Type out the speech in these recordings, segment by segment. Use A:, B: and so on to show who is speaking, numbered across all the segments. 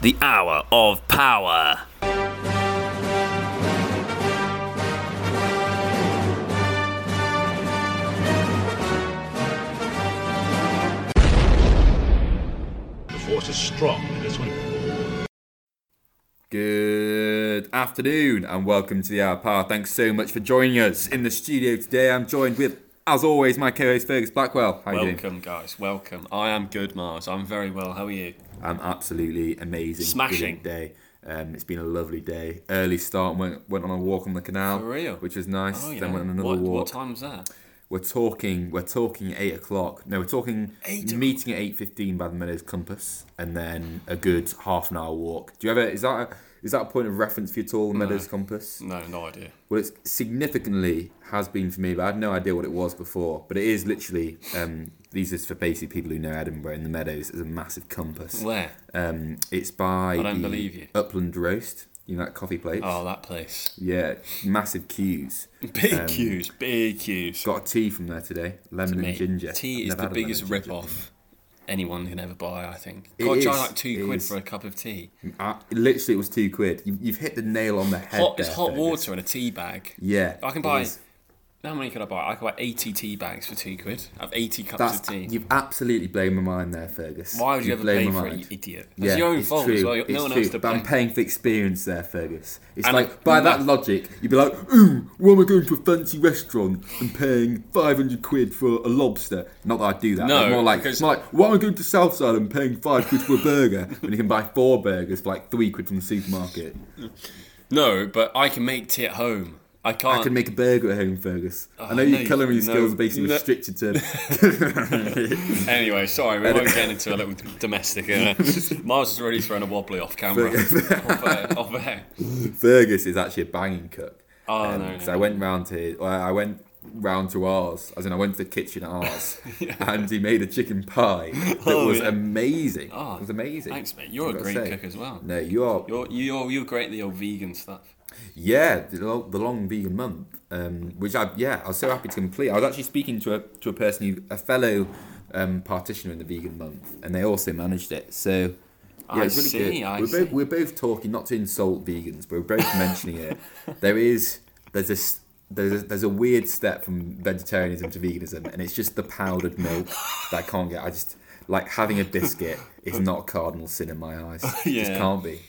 A: the Hour of Power.
B: The force is strong in this one.
C: Good afternoon and welcome to the Hour of Power. Thanks so much for joining us in the studio today. I'm joined with, as always, my co-host Fergus Blackwell. How you doing?
D: Welcome, guys. Welcome. I am good, Mars. I'm very well. How are you?
C: I'm absolutely amazing.
D: Smashing.
C: brilliant day. Um, it's been a lovely day. Early start. Went went on a walk on the canal,
D: For real?
C: which was nice.
D: Oh, you
C: then
D: know,
C: went on another
D: what,
C: walk.
D: What time was that?
C: We're talking. We're talking eight o'clock. No, we're talking
D: Eight o-
C: meeting at eight fifteen by the Meadows Compass, and then a good half an hour walk. Do you ever is that a, is that a point of reference for you at all, Meadows Compass?
D: No, no idea.
C: Well, it's significantly has been for me, but I had no idea what it was before. But it is literally um, these is for basic people who know Edinburgh in the Meadows. It's a massive compass.
D: Where?
C: Um, it's by
D: I don't
C: the
D: believe you.
C: Upland Roast. You know that coffee place?
D: Oh, that place.
C: Yeah, massive queues.
D: Big queues. Big queues.
C: Um, Got a tea from there today, lemon and
D: Mate,
C: ginger.
D: Tea
C: I've
D: is
C: never
D: the
C: had a lemon
D: biggest
C: and ginger
D: rip-off anyone can ever buy. I think.
C: It
D: God,
C: is,
D: charge like
C: it
D: two quid
C: is.
D: for a cup of tea.
C: thing. I, literally, Ah, it was two quid. You, you've hit the nail on the head.
D: Hot. It's
C: there,
D: hot
C: Fergus.
D: water in a tea bag.
C: Yeah,
D: I can
C: it
D: buy.
C: is.
D: How many could I buy? I could buy eighty tea bags for two quid. I have eighty cups
C: That's,
D: of tea.
C: You've absolutely blown my mind there, Fergus.
D: Why would you,
C: You've
D: ever
C: blown
D: pay
C: my
D: for it,
C: mind.
D: you idiot? That's your own
C: it's
D: fault
C: True.
D: as well. No
C: it's
D: one
C: true.
D: else to
C: but
D: blame.
C: I'm paying for the experience there, Fergus. It's
D: And
C: like
D: I'm-
C: by
D: I'm
C: that
D: not-
C: logic, you'd be like, ooh, why am I going to a fancy restaurant and paying five hundred quid for a lobster? Not that I do that.
D: No,
C: but more like,
D: because-
C: more like, why am I going to Southside and paying five quid for a burger when you can buy four burgers for like three quid from the supermarket?
D: No, but I can make tea at home. I can't.
C: I can make a burger at home, Fergus. I know
D: I know
C: your
D: you-
C: culinary
D: Oh, no,
C: skills are basically
D: no.
C: restricted to.
D: Anyway, sorry, we won't get into a little domestic. Uh, Mars has already thrown a wobbly off camera. off air, off air.
C: Fergus is actually a banging cook.
D: Oh, no, no.
C: So Um, I went round to his, well, I went round to ours, as in I went to the kitchen at ours, and he made a chicken pie that
D: Oh,
C: was
D: yeah.
C: amazing.
D: Oh,
C: it was amazing.
D: thanks, mate. You're a
C: I've got to
D: great
C: say.
D: cook as well.
C: No, you are.
D: You're, you're, you're great at the old vegan stuff.
C: Yeah, the, lo- the long vegan month, um, which I yeah, I was so happy to complete. I was actually speaking to a to a person who a fellow um, partitioner in the vegan month, and they also managed it. So. Yeah,
D: I
C: it's really
D: see,
C: good.
D: I
C: we're both
D: see.
C: we're both talking not to insult vegans, but we're both mentioning it. There is there's a s- there's a, there's a weird step from vegetarianism to veganism, and it's just the powdered milk that I can't get. I just like having a biscuit is not a cardinal sin in my eyes. It just
D: Yeah.
C: can't be.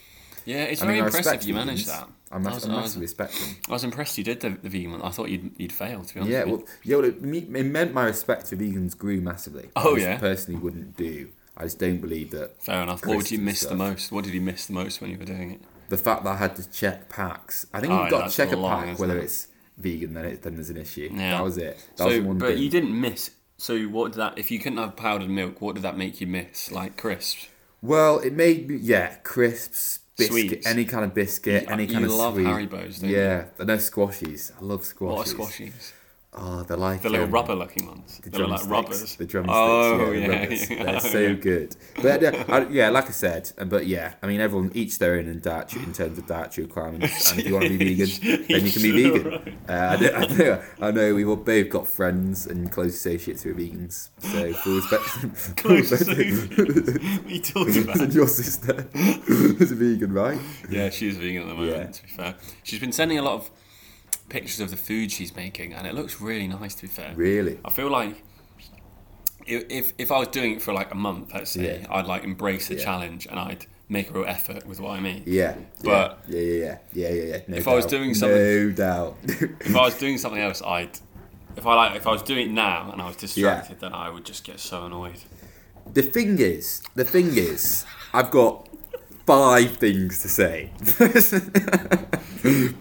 D: Yeah, it's
C: I
D: very
C: mean, I
D: impressive
C: respect
D: you
C: vegans.
D: managed that.
C: I, mas-
D: I, was,
C: I
D: I, was,
C: massively respect them.
D: I was impressed you did the, the vegan one. I thought you'd, you'd fail, to be honest.
C: Yeah,
D: with
C: well, yeah, well, it, me, it meant my respect for vegans grew massively.
D: Oh,
C: I just
D: yeah?
C: personally wouldn't do. I just don't believe that.
D: you. Fair enough. What would you
C: Christian
D: miss the
C: stuff.
D: most? What did you miss the most when you were doing it?
C: The fact that I had to check packs. I think
D: Oh,
C: you've
D: yeah,
C: got to
D: that's
C: check a
D: long,
C: pack
D: isn't
C: whether
D: it?
C: it's vegan, then it then there's an issue.
D: Yeah.
C: That was it. That was
D: So,
C: the one
D: but
C: thing.
D: you didn't miss. So what did that? If you couldn't have powdered milk, what did that make you miss? Like crisps.
C: Well, it made me yeah crisps, biscuit,
D: Sweets.
C: any kind of biscuit,
D: You-
C: any
D: you
C: kind of
D: love
C: sweet.
D: Haribo's, don't you?
C: yeah, I know squashies. I love squashies.
D: What are squashies?
C: Oh, they're like
D: The little
C: um,
D: rubber-looking ones.
C: The
D: they were like
C: drumsticks.
D: rubbers.
C: The drumsticks.
D: Oh
C: yeah.
D: yeah,
C: the rubbers.
D: yeah.
C: They're so good. But uh, I, yeah, like I said, uh, but yeah, I mean, everyone eats their own in dietary in terms of dietary requirements. And if you want to be vegan, then you can be
D: You're
C: vegan. Uh, I, know, I, know, I know we've all both got friends and close associates who are vegans, so full respect. full
D: Close
C: respect
D: associates. What are you talking
C: to
D: about?
C: your sister is a vegan, right?
D: Yeah, she is vegan at the moment.
C: Yeah.
D: To be fair, she's been sending a lot of pictures of the food she's making, and it looks really nice. To be fair,
C: Really?
D: I feel like if if, if I was doing it for like a month, let's say,
C: Yeah.
D: I'd like embrace the
C: Yeah.
D: challenge and I'd make a real effort with what I mean.
C: Yeah.
D: But-
C: yeah, yeah, yeah, yeah, yeah. yeah. No
D: If
C: doubt.
D: I was doing something-
C: no doubt.
D: If I was doing something else, I'd. If I like, if I was doing it now and I was distracted, then I would just get so annoyed.
C: The thing is, the thing is, I've got five things to say.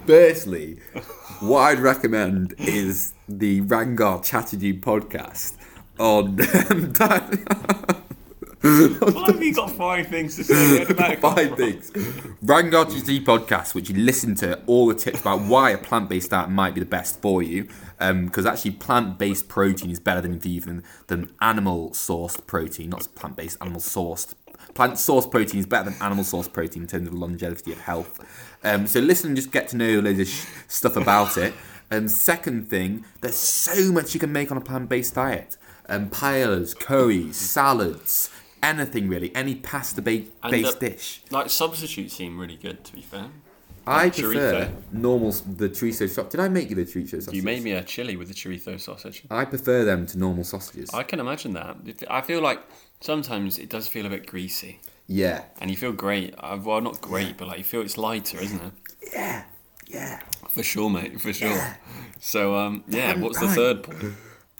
C: Firstly, what I'd recommend is the Rangar Chatterjee podcast on
D: Why have you got five things to say? Where did that come
C: five
D: from?
C: things. Rangar Chatterjee podcast, which you listen to all the tips about why a plant-based diet might be the best for you. Because actually, plant-based protein is better than vegan than animal-sourced protein. Not plant-based, animal-sourced. Plant-sourced protein is better than animal-sourced protein in terms of longevity of health. Um, so listen and just get to know loads of sh- stuff about it. And second thing, there's so much you can make on a plant-based diet. Um, paellas, curries, salads, anything really, any pasta ba-
D: And
C: based
D: the-
C: dish.
D: Like substitutes seem really good. To be fair,
C: I
D: chorizo.
C: prefer normal s- the chorizo sauce. Did I make you the chorizo sausage?
D: you made me a chili with the chorizo sausage.
C: I prefer them to normal sausages.
D: I can imagine that. It- I feel like sometimes it does feel a bit greasy,
C: yeah,
D: and you feel great. uh, Well, not great, but like you feel it's lighter, isn't it?
C: yeah.
D: For sure, mate. For sure. So, um, yeah.
C: Damn
D: What's
C: right.
D: the third point?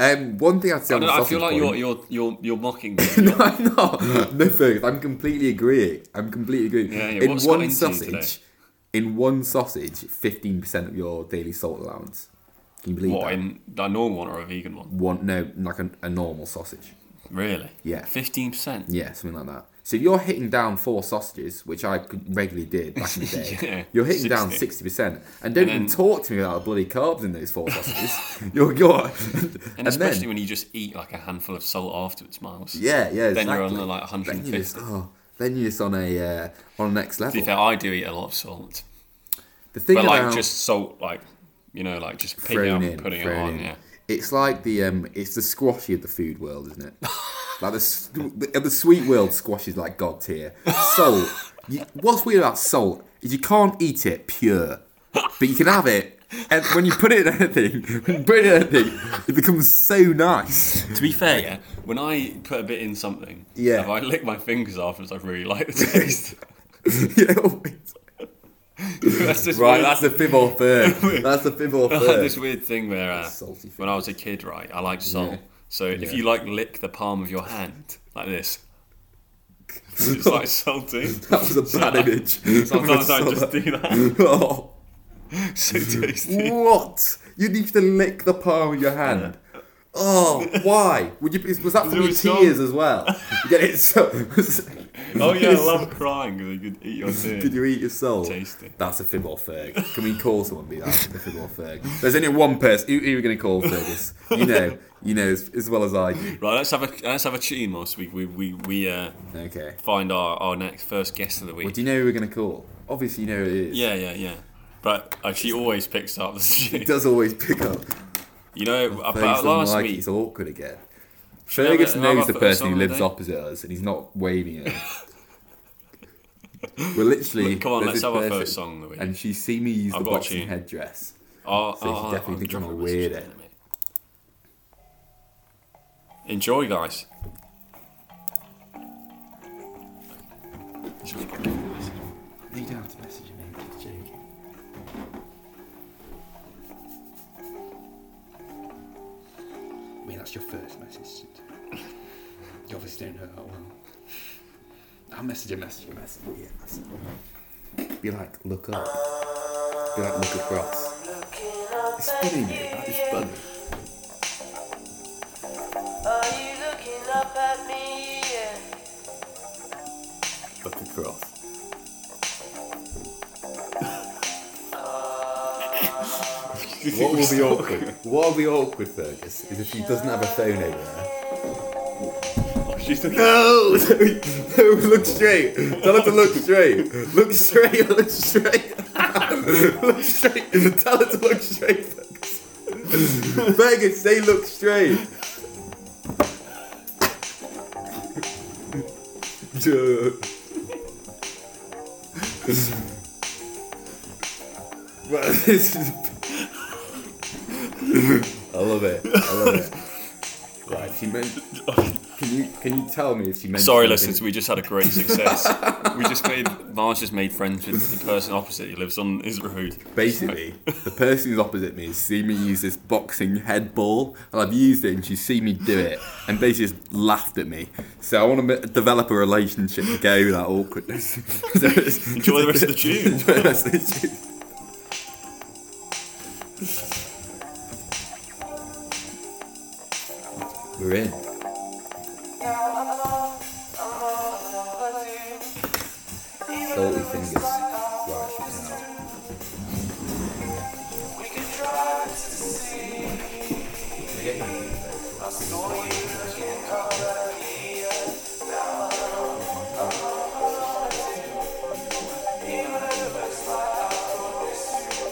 C: Um, one thing I'd say
D: I, don't
C: on the
D: know, I
C: sausage
D: feel like
C: point-
D: you're you're you're you're mocking me.
C: no, I'm not. No, Fergus, I'm completely agreeing. I'm completely agreeing.
D: Yeah, yeah,
C: in
D: what's got
C: one
D: into you
C: sausage,
D: today?
C: in one sausage, fifteen percent of your daily salt allowance. Can you believe
D: What
C: that?
D: in a normal one or a vegan one?
C: one, no, like a, a normal sausage.
D: Really?
C: Yeah.
D: Fifteen percent.
C: Yeah, something like that. So if you're hitting down four sausages, which I could- regularly did back in the day.
D: Yeah,
C: you're hitting down
D: 60.
C: sixty percent, and don't even talk to me about the bloody carbs in those four sausages. you're, you're, and,
D: And, especially
C: then
D: when you just eat like a handful of salt afterwards, Miles.
C: yeah, yeah,
D: Then you're on
C: exactly.
D: like
C: Then you're just,
D: 150.
C: oh, then you're just on a uh, on the next
D: To
C: level.
D: be fair, I do eat a lot of salt,
C: The thing
D: but like
C: about
D: just salt, like you know, like just picking it up
C: thrown in,
D: and putting it
C: thrown
D: on.
C: in.
D: Yeah.
C: It's like the um, it's the squashy of the food world, isn't it? like the, s- the the sweet world squashes like god tier. Salt. you, what's weird about salt is you can't eat it pure, but you can have it. And when you put it in anything, when you put it in anything, it becomes so nice.
D: To be fair, yeah, when I put a bit in something,
C: Yeah.
D: if I lick my fingers afterwards, I really like the taste.
C: You know, it's-
D: that's just
C: right,
D: weird-
C: that's the fifth or third. That's the fifth or
D: I had
C: third.
D: this weird thing where uh,
C: Salty
D: when I was a kid, right, I liked salt.
C: Yeah.
D: So if
C: Yeah.
D: you like lick the palm of your hand like this, it's like salty.
C: That was a bad image.
D: Sometimes I just do that.
C: Oh.
D: so tasty.
C: What? You need to lick the palm of your hand. Oh, why? Would you? Was that from
D: it
C: your
D: was so-
C: tears as well? You Get it? So,
D: Oh yeah, I love crying because you could eat your tears.
C: Did you eat your soul?
D: Tasty.
C: That's a fib or ferg. Can we call someone be that? A fib or ferg. There's only one person. Who, who are we going to call Fergus? You know, you know as, as well as I do.
D: Right, let's have a let's have a cheating whilst we we we, we uh,
C: Okay.
D: find our, our next first guest of the week.
C: Well, do you know who we're going to call? Obviously, you know who it is.
D: yeah, yeah, yeah. But uh, she always picks up the
C: He
D: shit.
C: does always pick up.
D: You know,
C: Fergus
D: about
C: doesn't
D: last
C: like it.
D: week.
C: It's awkward again.
D: I have
C: Fergus
D: a- have
C: knows
D: I
C: the
D: put a
C: person
D: song
C: who
D: on
C: lives
D: there?
C: opposite us, and he's not waving at us. We're literally.
D: Come on, let's
C: there's this
D: have our
C: person,
D: first song of the week.
C: And she's seen me use
D: I've
C: the
D: got a
C: boxing
D: tune.
C: headdress.
D: Oh,
C: so you should
D: oh,
C: definitely
D: I'll
C: think I'm
D: drop
C: a
D: message in
C: weirdo.
D: a minute. Enjoy, guys.
C: You don't have to message me. Just joking.
E: I mean, that's your first message. You obviously don't know that well. I'll message you, message you, message you.
C: Yeah, absolutely. Be like, look up. Be like, look across. It's funny, mate. That is funny.
F: Are you looking up at me? Yeah.
C: Look across. What will be awkward? What will be awkward, Fergus, is if she doesn't have a phone over there.
D: She's looking-
C: No! No, look straight. Tell her to look straight. Look straight, look straight. look straight. Tell her to look straight, Fergus. Fergus, say look straight. Well, this is. I love it. I love it. Right, she meant. Can you can you tell me if she meant?
D: Sorry,
C: something?
D: listeners, we just had a great success. we just made Mars just made friends with the person opposite who lives on his road.
C: Basically, the person who's opposite me has seen me use this boxing head ball, and I've used it, and she's seen me do it, and basically just laughed at me. So I want to develop a relationship to go with that awkwardness.
D: Enjoy
C: Enjoy
D: the rest of the tune.
C: Enjoy the rest of the tune. We're in.
F: Uh-huh.
C: Salty fingers. Right, she's out.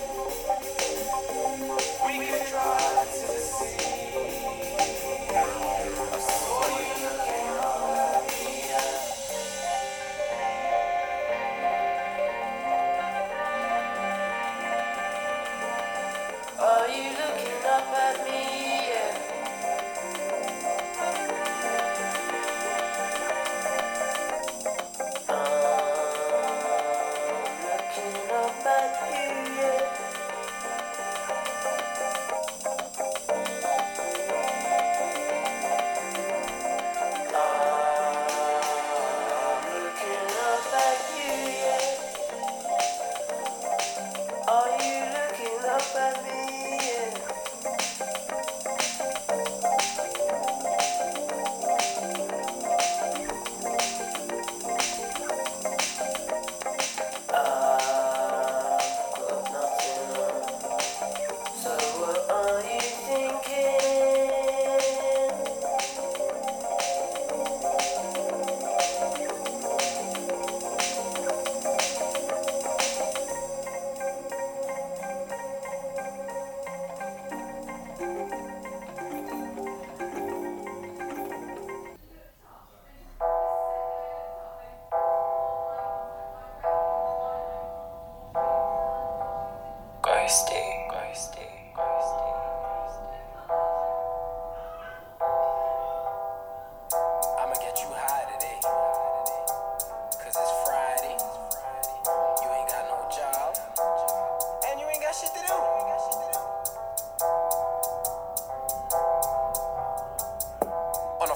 F: Thank you. Uh,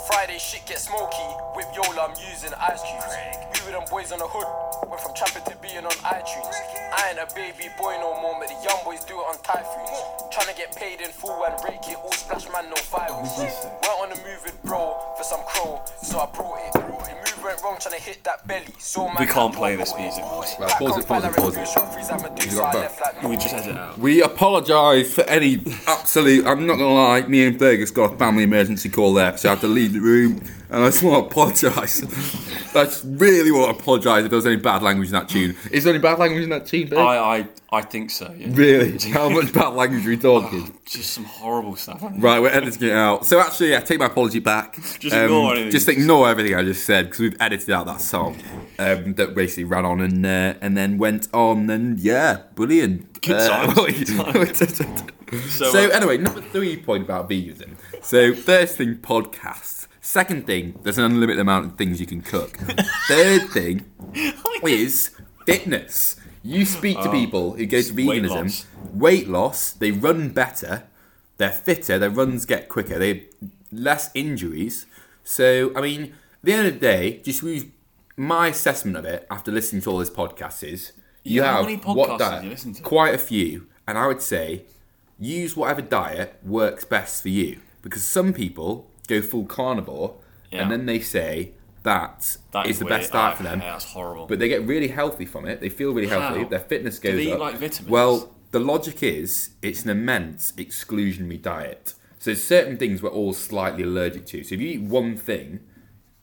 G: Friday shit get smoky. With YOLO, I'm using ice cubes. You with them boys on the hood. Went from trapping to being on iTunes. I ain't a baby boy no more, but the young boys do it on typhoons. Tryna get paid in full and rake it all splash man, no fireworks. Went on the move with bro for some crow, so I brought it. The move went wrong trying to hit that belly. So man,
D: We can't play this music.
C: Right, pause it, pause it, pause it. You got both.
D: We just edit out.
C: We apologise for any absolute. I'm not gonna lie, me and Fergus got a family emergency call there, so I had to leave the room, and I just want to apologise. I just really want to apologise if there was any bad language in that tune. Is there any bad language in that tune, Fergus?
D: I, I, I think so. Yeah.
C: really? How much bad language are we talking?
D: Just some horrible stuff.
C: Right, we're editing it out. So actually, yeah, take my apology back. Um,
D: Just ignore anything.
C: Just ignore everything I just said because we've edited out that song um, that basically ran on and uh, and then went on and yeah, brilliant. Uh,
D: Good times, good
C: so
D: So, uh,
C: anyway, number three point about views. Then. So first thing, podcasts. Second thing, there's an unlimited amount of things you can cook. Third thing is fitness. You speak to people who go to
D: Oh, weight
C: veganism,
D: loss.
C: weight loss, they run better, they're fitter, their runs get quicker, they have less injuries. So, I mean, at the end of the day, just we- my assessment of it after listening to all this podcast is you
D: How
C: have
D: many
C: what
D: podcasts
C: diet?
D: did you listen to?
C: Quite a few, and I would say use whatever diet works best for you because some people go full carnivore
D: Yeah.
C: and then they say that,
D: That
C: is the
D: weird.
C: best diet
D: Oh,
C: for them.
D: yeah, that's horrible.
C: But they get really healthy from it. They feel really healthy.
D: How?
C: Their fitness goes
D: they eat,
C: up.
D: like, vitamins?
C: Well, the logic is it's an immense exclusionary diet. So there's certain things we're all slightly allergic to. So if you eat one thing,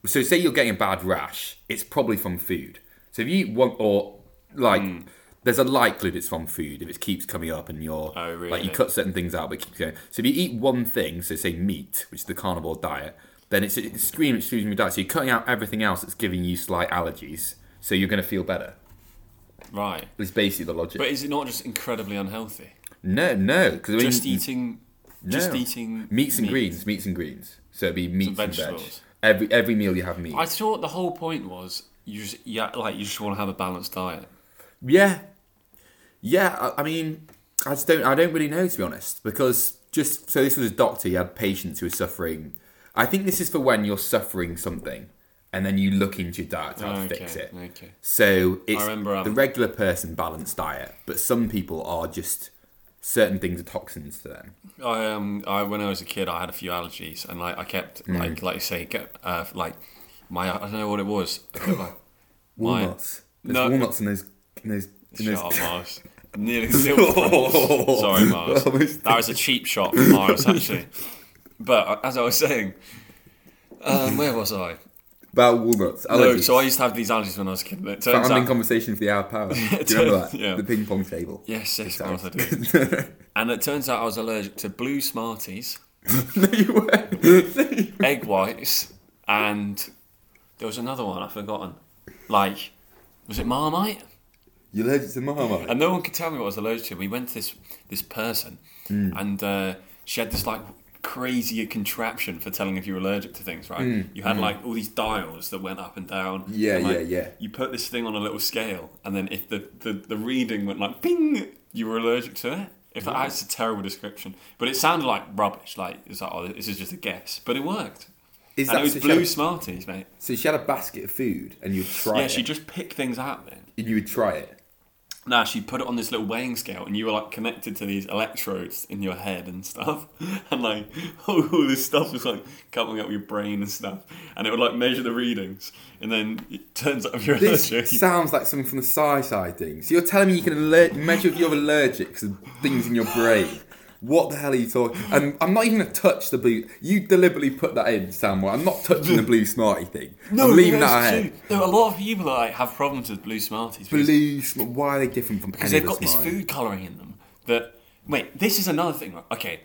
C: so say you're getting a bad rash, it's probably from food. So if you eat one or like
D: Hmm.
C: there's a likelihood it's from food if it keeps coming up and you're
D: Oh,
C: like you
D: really?
C: cut certain things out but it keeps going. So if you eat one thing, so say meat, which is the carnivore diet, then it's it's scream exclusionary diet. So you're cutting out everything else that's giving you slight allergies, so you're gonna feel better.
D: right.
C: It's basically the logic.
D: But is it not just incredibly unhealthy?
C: no, no, because I mean,
D: Just eating, just
C: no.
D: eating
C: meats and
D: meat.
C: greens, meats and greens. So it'd be meats and veg.
D: vegetables.
C: Every every meal you have meat.
D: I thought the whole point was you just yeah, like you just want to have a balanced diet.
C: Yeah, yeah. I, I mean, I just don't. I don't really know to be honest, because just so this was a doctor. He had patients who were suffering. I think this is for when you're suffering something, and then you look into your diet to how to
D: Okay,
C: fix it.
D: okay.
C: So it's
D: remember, um,
C: the regular person balanced diet, but some people are just certain things are toxins to them.
D: I um, I when I was a kid, I had a few allergies, and like I kept
C: Mm.
D: like like you say, get, uh, like my I don't know what it was. Like, my-
C: Walnuts. There's
D: No.
C: walnuts in those. In those. In
D: Shut
C: those
D: up, Mars. Nearly silver. friends. Sorry, Mars.
C: Almost
D: That was a cheap shot from Mars, actually. But uh, as I was saying, um, where was I?
C: about walnuts. Allergies.
D: No, so I used to have these allergies when I was a kid. But it turns
C: Founding
D: out,
C: conversation for the hour power. Do you remember that?
D: Yeah.
C: The ping pong table.
D: yes, yes, of course I do. And it turns out I was allergic to blue Smarties,
C: no, you weren't.
D: egg whites, and there was another one I've forgotten. Like, was it Marmite?
C: You're allergic to Marmite.
D: and no one could tell me what I was allergic to. We went to this this person,
C: Mm.
D: and uh, she had this like crazy contraption for telling if you were allergic to things. Right? You had like all these dials that went up and down.
C: Mm, Yeah,
D: and, like,
C: yeah, yeah.
D: You put this thing on a little scale, and then if the the, the reading went like ping, you were allergic to it. If that, that's a terrible description, but it sounded like rubbish. Like it's like oh, this is just a guess, but it worked.
C: Is
D: and
C: that
D: it was
C: so
D: blue
C: She had,
D: Smarties, mate.
C: so she had a basket of food and you'd try
D: Yeah,
C: it.
D: she just picked things out then.
C: and you would try it.
D: Nah, she put it on this little weighing scale, and you were like connected to these electrodes in your head and stuff, and like all, all this stuff was like coming up your brain and stuff, and it would like measure the readings, and then it turns out if you're
C: This
D: allergic.
C: sounds like something from the sci side thing. So you're telling me you can aller- measure if you're allergic to things in your brain. What the hell are you talking? And I'm not even gonna touch the blue. You deliberately put that in, Samuel. I'm not touching the blue smarty thing. I'm leaving that
D: there is
C: ahead.
D: too- There are a lot of people that like, have problems with blue smarties because,
C: Blue. Sm- why are they different from?
D: because
C: any
D: they've
C: other
D: got this
C: Smartie?
D: food coloring in them. That wait, this is another thing. right? Okay,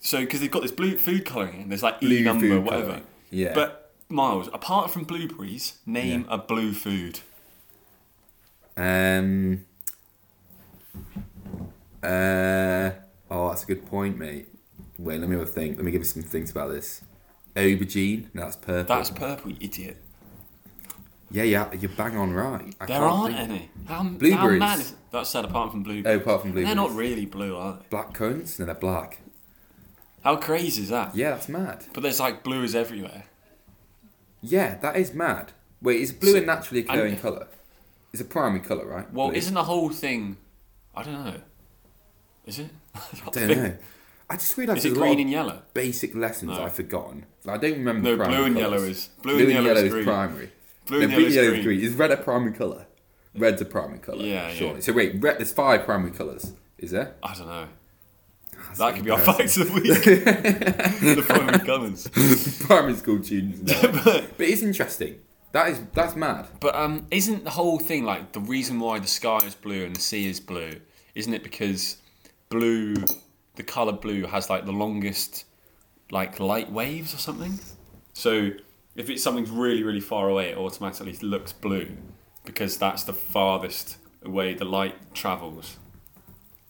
D: so because they've got this blue food coloring in, there's like
C: Blue
D: e number
C: food
D: whatever.
C: colouring. Yeah.
D: But Miles, apart from blueberries, name a blue food.
C: Um. Uh. Oh, that's a good point, mate. Wait, let me have a think. Let me give you some things about this. Aubergine. No, that's purple.
D: That's purple, you idiot.
C: Yeah, yeah. You're bang on right. I
D: There
C: can't
D: aren't
C: think.
D: any. How,
C: Blueberries.
D: blueberries. How mad is that said apart from blueberries?
C: Oh, apart from
D: They're not
C: blueberries.
D: really blue, are they?
C: Black currants. No, they're black.
D: How crazy is that?
C: Yeah, that's mad.
D: But there's like blues everywhere.
C: Yeah, that is mad. Wait, is blue a naturally occurring
D: and-
C: colour? It's a primary colour, right?
D: Well,
C: Blue.
D: isn't the whole thing? I don't know. Is it? I don't
C: I don't
D: think-
C: know. I just realised
D: Is it
C: there's a lot
D: green
C: of
D: and yellow?
C: basic lessons
D: No.
C: I've forgotten. Like, I don't remember.
D: No,
C: the primary
D: blue and
C: colours.
D: yellow is- blue and yellow is green.
C: primary.
D: Blue
C: No,
D: and yellow is green.
C: Is red a primary colour? Red's a primary colour.
D: Yeah, yeah.
C: surely. So wait, red. There's five primary colours. Is there?
D: I don't know.
C: That's
D: That could be our
C: embarrassing.
D: facts of the week. the primary colours.
C: primary school students. know. but it's interesting. That is that's mad.
D: But um, isn't the whole thing like the reason why the sky is blue and the sea is blue? Isn't it because blue, the color blue, has like the longest, like light waves or something? So if it's something's really really far away, it automatically looks blue because that's the farthest away the light travels.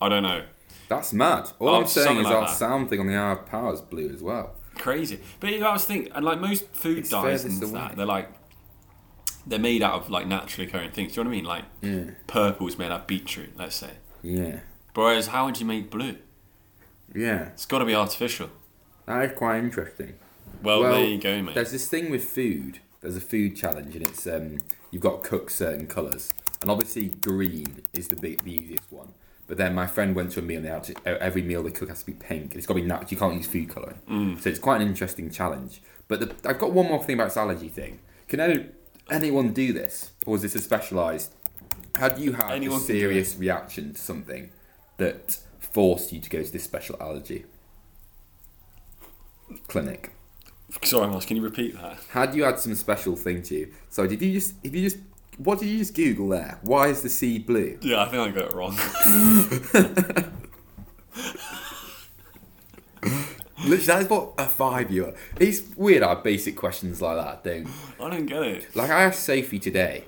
D: I don't know.
C: That's mad. All
D: Oh,
C: I'm saying
D: something
C: is
D: like
C: our
D: that.
C: sound thing on the hour of power is blue as well.
D: crazy. But you know, I was thinking, and like most food
C: It's
D: dyes and
C: furthest away.
D: that, they're like they're made out of like naturally occurring things. Do you know what I mean? Like purple's made out of beetroot, let's say.
C: Yeah.
D: Whereas how would you make blue?
C: Yeah.
D: It's got to be artificial.
C: That is quite interesting.
D: Well, there you go, mate.
C: There's this thing with food. There's a food challenge, and it's um, you've got to cook certain colours, and obviously green is the big, the easiest one. But then my friend went to a meal, and they had to- e- every meal they cook has to be pink. It's got to be natural. You can't use food colouring,
D: Mm.
C: so it's quite an interesting challenge. But the, I've got one more thing about this allergy thing. Can any- anyone do this, or is this a specialised? Had you had
D: Anyone
C: a
D: can do it.
C: serious reaction to something that forced you to go to this special allergy clinic?
D: Sorry, Miles. Can you repeat that?
C: Had you had some special thing to you? So did you just? If you just, what did you just Google there? Why is the sea blue?
D: Yeah, I think I got it wrong.
C: Literally, that is what a five-year. It's weird how basic questions like that don't.
D: I don't get it.
C: Like I asked Sophie today,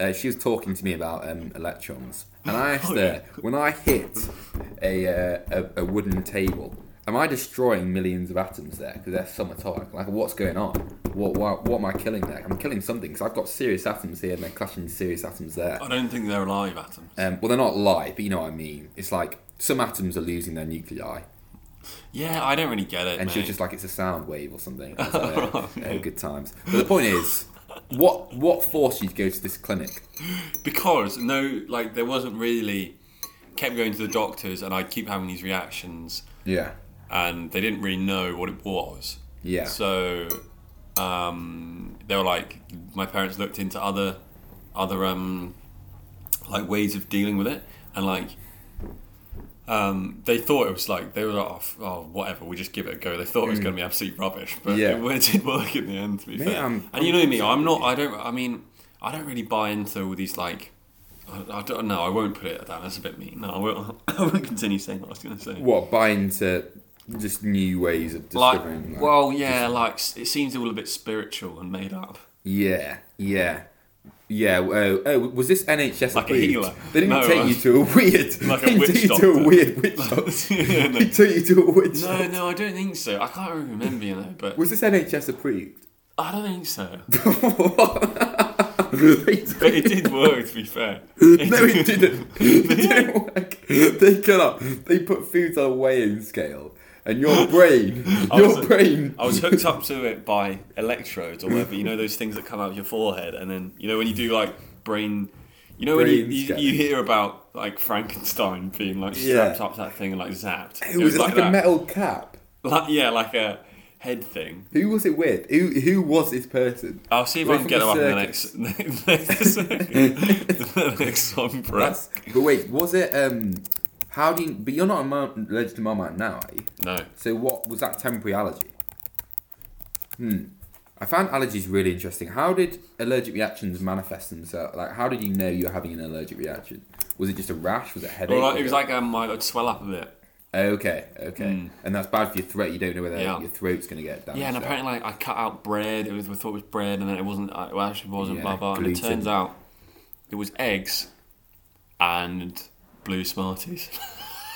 C: uh, she was talking to me about um, electrons, and I asked her when I hit a, uh, a a wooden table, am I destroying millions of atoms there because they're subatomic? Like what's going on? What what, what am I killing there? I'm killing something because I've got serious atoms here and they're clashing with serious atoms there.
D: I don't think they're alive atoms.
C: Um, well, they're not live, but you know what I mean. It's like some atoms are losing their nuclei,
D: Yeah, I don't really get it.
C: and she
D: mate.
C: was just like, "It's a sound wave or something." I was like, "Oh, oh, good times. But the point is, what what forced you to go to this clinic?
D: because no, like there wasn't really. Kept going to the doctors, and I'd keep having these reactions.
C: Yeah,
D: and they didn't really know what it was.
C: yeah,
D: So um, they were like, my parents looked into other, other um, like ways of dealing with it, and like um, they thought it was like they were like, oh, f- oh, whatever, we just give it a go. They thought it was going to be absolute rubbish, but
C: Hmm. Yeah.
D: it, it did work in the end. To be
C: Mate,
D: fair,
C: I'm-
D: and you know me, I'm not. I don't. I mean, I don't really buy into all these like. I, I don't know. I won't put it down. That's a bit mean. No, I won't. I won't continue saying what I was going to say
C: what buy into just new ways of
D: like,
C: discovering? like-
D: well, yeah, like s- it seems all a bit spiritual and made up.
C: yeah, yeah. Yeah, oh, oh, was this NHS
D: Like a
C: approved?
D: healer.
C: They didn't
D: No,
C: take
D: uh,
C: you to a weird,
D: like a
C: they
D: witch
C: took you to
D: doctor.
C: a weird witch doctor.
D: Yeah,
C: They took you to a witch
D: no, no,
C: doctor.
D: no, I don't think so. I can't really remember, you know, but
C: Was this NHS approved?
D: I don't think so.
C: They took
D: But it did work, to be fair. It
C: No, it didn't. It didn't work. They cut up. They put food on a weighing scale, and your brain,
D: was
C: your
D: a-
C: brain.
D: I was hooked up to it by electrodes or whatever. You know those things that come out of your forehead, and then you know when you do like brain. You know when
C: Brain
D: you, you,
C: scan.
D: you hear about like Frankenstein being like
C: Yeah.
D: strapped up to that thing and like zapped.
C: It was like a
D: that.
C: metal cap.
D: Like, yeah, like a head thing.
C: Who was it with? Who who was this person?
D: I'll see if
C: Were
D: I
C: they
D: can
C: from
D: get them up in the
C: the
D: next, next, the next song, bro.
C: That's. But wait, was it? Um, how do you? But you're not a mom, alleged marmite now, are you?
D: No.
C: So what was that temporary allergy? Hmm. I found allergies really interesting. How did allergic reactions manifest themselves? Like, how did you know you were having an allergic reaction? Was it just a rash? Was it a headache?
D: Well, like, it was
C: Was
D: like um, my, I'd swell up a bit.
C: Okay, okay. And that's bad for your throat. You don't know whether
D: Yeah.
C: your throat's going to get damaged.
D: Yeah, and
C: there.
D: apparently, like, I cut out bread. It was we thought it was bread, and then it wasn't. uh, It actually wasn't.
C: Yeah,
D: blah blah. And it
C: gluten.
D: turns out it was eggs and blue Smarties.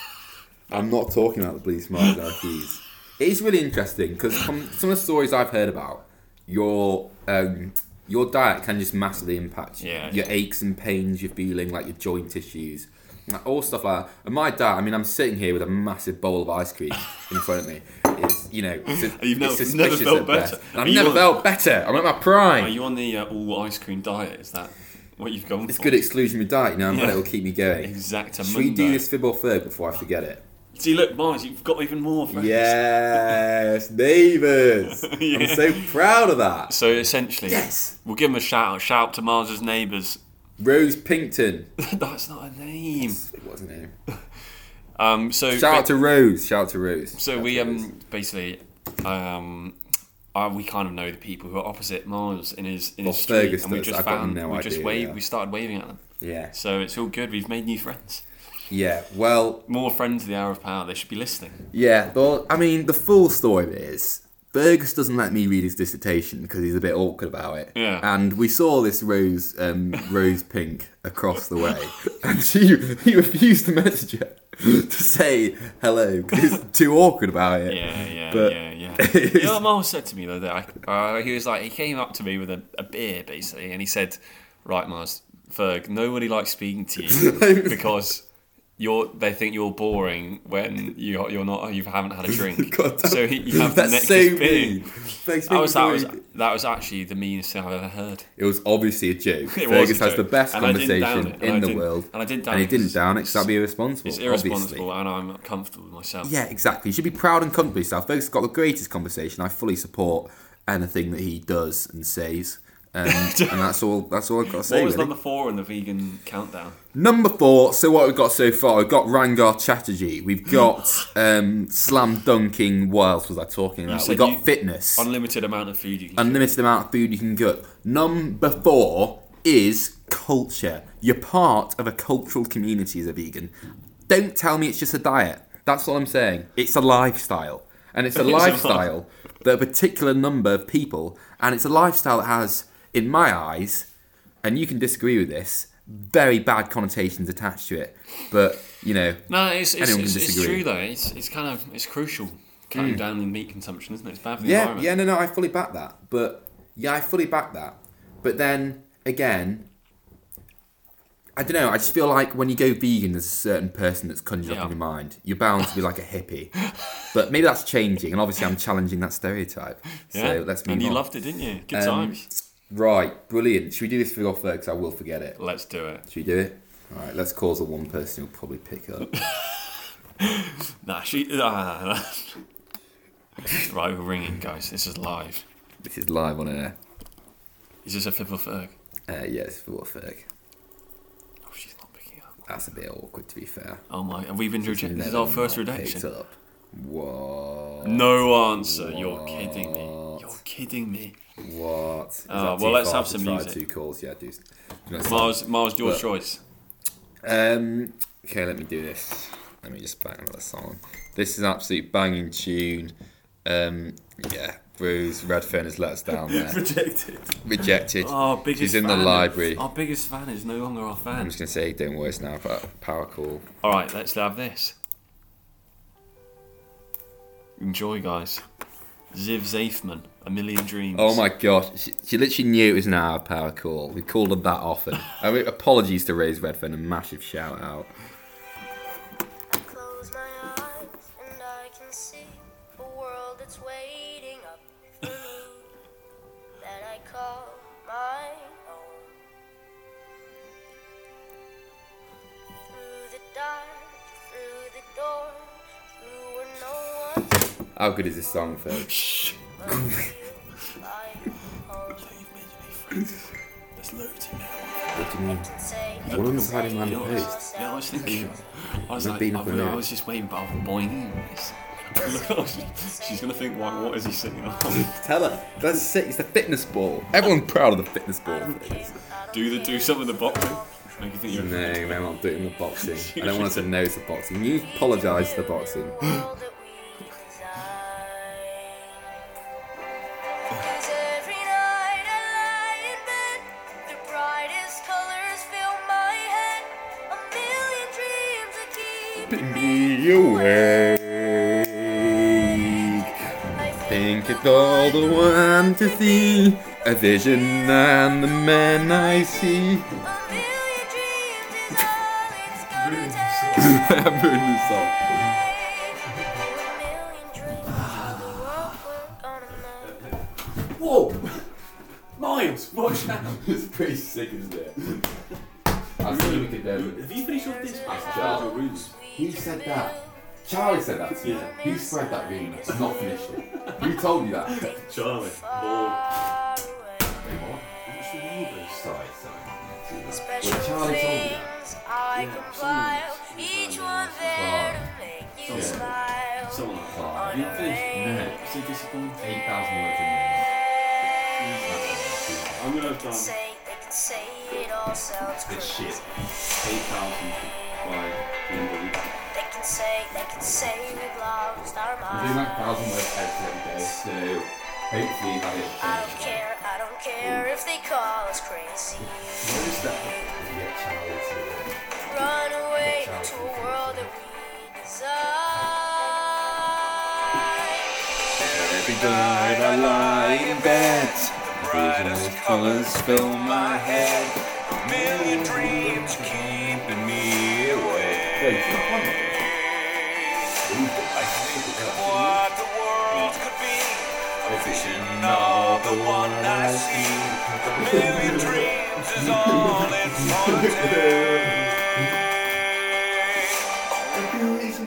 C: I'm not talking about the blue smart allergies. It is really interesting because from some of the stories I've heard about, your um, your diet can just massively impact you.
D: Yeah,
C: your aches and pains you're feeling, like your joint issues, like all stuff like that. And my diet, I mean, I'm sitting here with a massive bowl of ice cream in front of me. It's, you know, it's,
D: You've
C: it's
D: never-
C: suspicious
D: never felt
C: at best.
D: better.
C: And I've
D: Are you
C: never
D: on-
C: felt better. I'm at my prime.
D: Are you on the uh, all ice cream diet? Is that what you've gone
C: it's
D: for?
C: good exclusionary diet, you know, but
D: Yeah.
C: it'll keep me going.
D: Exactamundo.
C: Should we do this fib or third before I forget it?
D: See, look, Mars, you've got even more. Friends.
C: Yes, neighbours. I'm
D: Yeah.
C: so proud of that.
D: So essentially,
C: Yes.
D: we'll give them a shout out. Shout out to Mars's neighbours.
C: Rose Pinkton.
D: That's not a name.
C: What's her name?
D: Um, so
C: Shout out to Rose. Shout out to Rose. Shout
D: So
C: out
D: we
C: to Rose.
D: um basically um uh, we kind of know the people who are opposite Miles in his in
C: Well,
D: his street,
C: Fergus
D: and we
C: does,
D: just
C: I've got
D: found
C: no
D: we just
C: idea,
D: wave
C: yeah.
D: we started waving at them.
C: Yeah.
D: So it's all good. We've made new friends.
C: Yeah. Well,
D: More friends of the Hour of Power. They should be listening.
C: Yeah, well, I mean, the full story is Burgess doesn't let me read his dissertation because he's a bit awkward about it.
D: Yeah.
C: And we saw this rose, um, rose pink across the way, and she he refused to message her to say hello because he's too awkward about it.
D: Yeah, yeah,
C: But-
D: yeah, yeah. you know what Miles said to me the other day? I, uh, he was like, he came up to me with a, a beer basically, and he said, "Right, Miles, Ferg, nobody likes speaking to you because." You're, they think you're boring when you you're not you haven't had a drink.
C: God damn.
D: so he, you have
C: That's
D: the next beer.
C: so mean. Thanks
D: That
C: for
D: was that was
C: doing-
D: that was actually the meanest thing I've ever heard.
C: It was obviously a joke.
D: It was
C: Fergus
D: a
C: has
D: joke.
C: the best
D: And I didn't down it, and
C: conversation
D: I
C: in the
D: didn't-
C: world,
D: and I didn't down
C: and he
D: it.
C: didn't down it because that'd be irresponsible.
D: It's irresponsible,
C: obviously.
D: and I'm uncomfortable with myself.
C: Yeah, exactly. You should be proud and comfortable with yourself. Ferguson's got the greatest conversation. I fully support anything that he does and says. Um, and that's all. That's all I've got to
D: What
C: say.
D: was
C: really.
D: number four in the vegan countdown?
C: Number four. So what we've got so far? We've got Rangar Chatterjee. We've got um, slam dunking. What else was I talking about?
D: said
C: We got
D: you-
C: fitness.
D: Unlimited amount of food you can.
C: unlimited amount of food you can get. Number four is culture. You're part of a cultural community as a vegan. Don't tell me it's just a diet. That's all I'm saying. It's a lifestyle. And it's a
D: It's a
C: lifestyle that a particular number of people, and it's a lifestyle that has, in my eyes, and you can disagree with this, very bad connotations attached to it. But, you know,
D: no, it's it's,
C: Anyone
D: it's,
C: can
D: it's
C: disagree. Hmm.
D: true though. It's it's kind of it's crucial cutting down on meat consumption, isn't it? It's bad for the
C: Yeah,
D: environment.
C: yeah, no, no, I fully back that. But yeah, I fully back that. But then again, I don't know. I just feel like when you go vegan, there's a certain person that's conjured
D: Yeah.
C: up in your mind. You're bound to be like a hippie. but maybe that's changing, and obviously I'm challenging that stereotype. So let's move
D: and you
C: on.
D: loved it, didn't you? Good
C: Um,
D: times.
C: Right, brilliant. Should we do this for off Because I will forget it.
D: Let's do it.
C: Should we do it? All right, let's call the one person who'll probably pick up.
D: Nah, she. Ah. right, we're ringing, guys. This is live.
C: this is live on air.
D: Is this a flip or ferg?
C: Uh, yes, for what Ferg.
D: Oh, she's not picking up.
C: That's a bit awkward, to be fair.
D: Oh my! Have we been rejected? This is our
C: Never
D: first
C: not
D: rejection.
C: picked up. What?
D: No answer. You're kidding me. You're kidding me.
C: What? Is
D: Uh,
C: that
D: well,
C: too
D: let's
C: far
D: have
C: to
D: some
C: try
D: music.
C: Two calls, yeah, do. do that.
D: Miles, Miles, your
C: But-
D: choice.
C: Um, okay, let me do this. Let me just bang another song. This is an absolute banging tune. Um, yeah, Bruce Redfern has let us down there.
D: Rejected.
C: Rejected.
D: Our biggest.
C: She's in the
D: fan-
C: library.
D: Our biggest fan is no longer our
C: I'm
D: fan.
C: just gonna say, don't worry, it's now about power call.
D: All right, let's have this. Enjoy, guys. Ziv Zafman, A Million Dreams.
C: Oh my god, she, she literally knew it was an hour power call. We called her that often. I mean, apologies to Rose Redfern, a massive shout out.
F: I close my eyes and I can see a world that's waiting up for me that I call my own. Through the dark, through the door, through where no one's
C: How good is this song, Phil?
D: Shh.
F: I home.
D: You've made any friends. There's loads of now.
C: What do you mean?
F: Say,
C: What on the bloody man
D: You know, what I was-
F: Hey.
D: you know what I was thinking. I was
C: We've
D: like,
C: been
D: I,
C: up a
D: really- I
C: minute.
D: was just waiting, but I'm boing this. Look, I was just- she's gonna think, like, what is he singing? about?
C: Tell her. That's it. It's the fitness ball. Everyone's proud of the fitness ball.
D: do the do some of the boxing. Make you think you're. a
C: No,
D: fan.
C: man, I'm doing the boxing. I don't want her to know it's the boxing. You apologise for the boxing.
F: world that we design. 'Cause every night I lie in bed, the brightest colours fill my head. A million dreams that keep
C: Be awake.
F: I
C: Think it's all the one to see. A vision and the men I see.
F: A million dreams is all it's gonna take.
C: I'm ruining the song.
F: A million dreams is the world
E: Whoa! Miles, watch out!
C: it's pretty sick, isn't it? I see we could. Um,
D: Have you finished off this?
C: ask Charles. Who said that? Charlie said that to you.
D: Yeah.
C: Who spread that rumor? It's not finished yet. Who told you that? Wait,
D: Charlie. More.
F: Far away.
C: what? What's the rumor? Sorry, sorry. I didn't see that.
F: Special
C: When Charlie told you that.
F: things I compile, each one there to make you smile.
D: Someone like that.
F: On
D: Have you
F: a
D: finished?
F: rainy
D: So disappointed.
C: 8,000 words in there.
D: I'm gonna have done
F: Say they can say it all sounds
C: This
F: crazy.
C: shit.
D: 8,000 by the end of the week.
F: They can say, they can say we've lost our
C: I'm doing like
F: minds.
C: 1,000 words every day, so hopefully you have
F: I
C: it.
F: don't care, I don't care if they call us crazy.
C: What is that?
F: Run away into a world that we design.
H: Every night I lie in bed, visions colors fill my head, a million dreams keeping me awake.
C: Wait, it's not one.
H: I think of what the world could be, a vision of the one I see. A million dreams is all it's gonna take.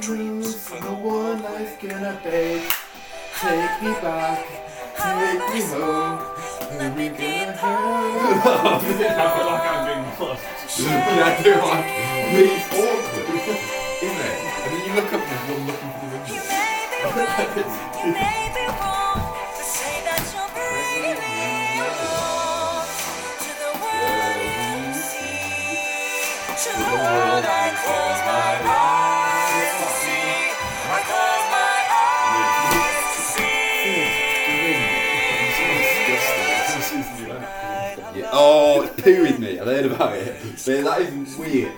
C: dreams for the one life gonna be. Take me back,
F: take me
C: home.
F: Let me be a
C: Yeah, I do like it's awkward, isn't it? And then you look up and there's one looking for the window.
F: You may be right, you may be wrong, but say that you're breathing alone to the world you see, to the world I close my eyes to see. I close my eyes to see.
C: Yeah. Oh, it's poo with me. I heard about it. But that is weird.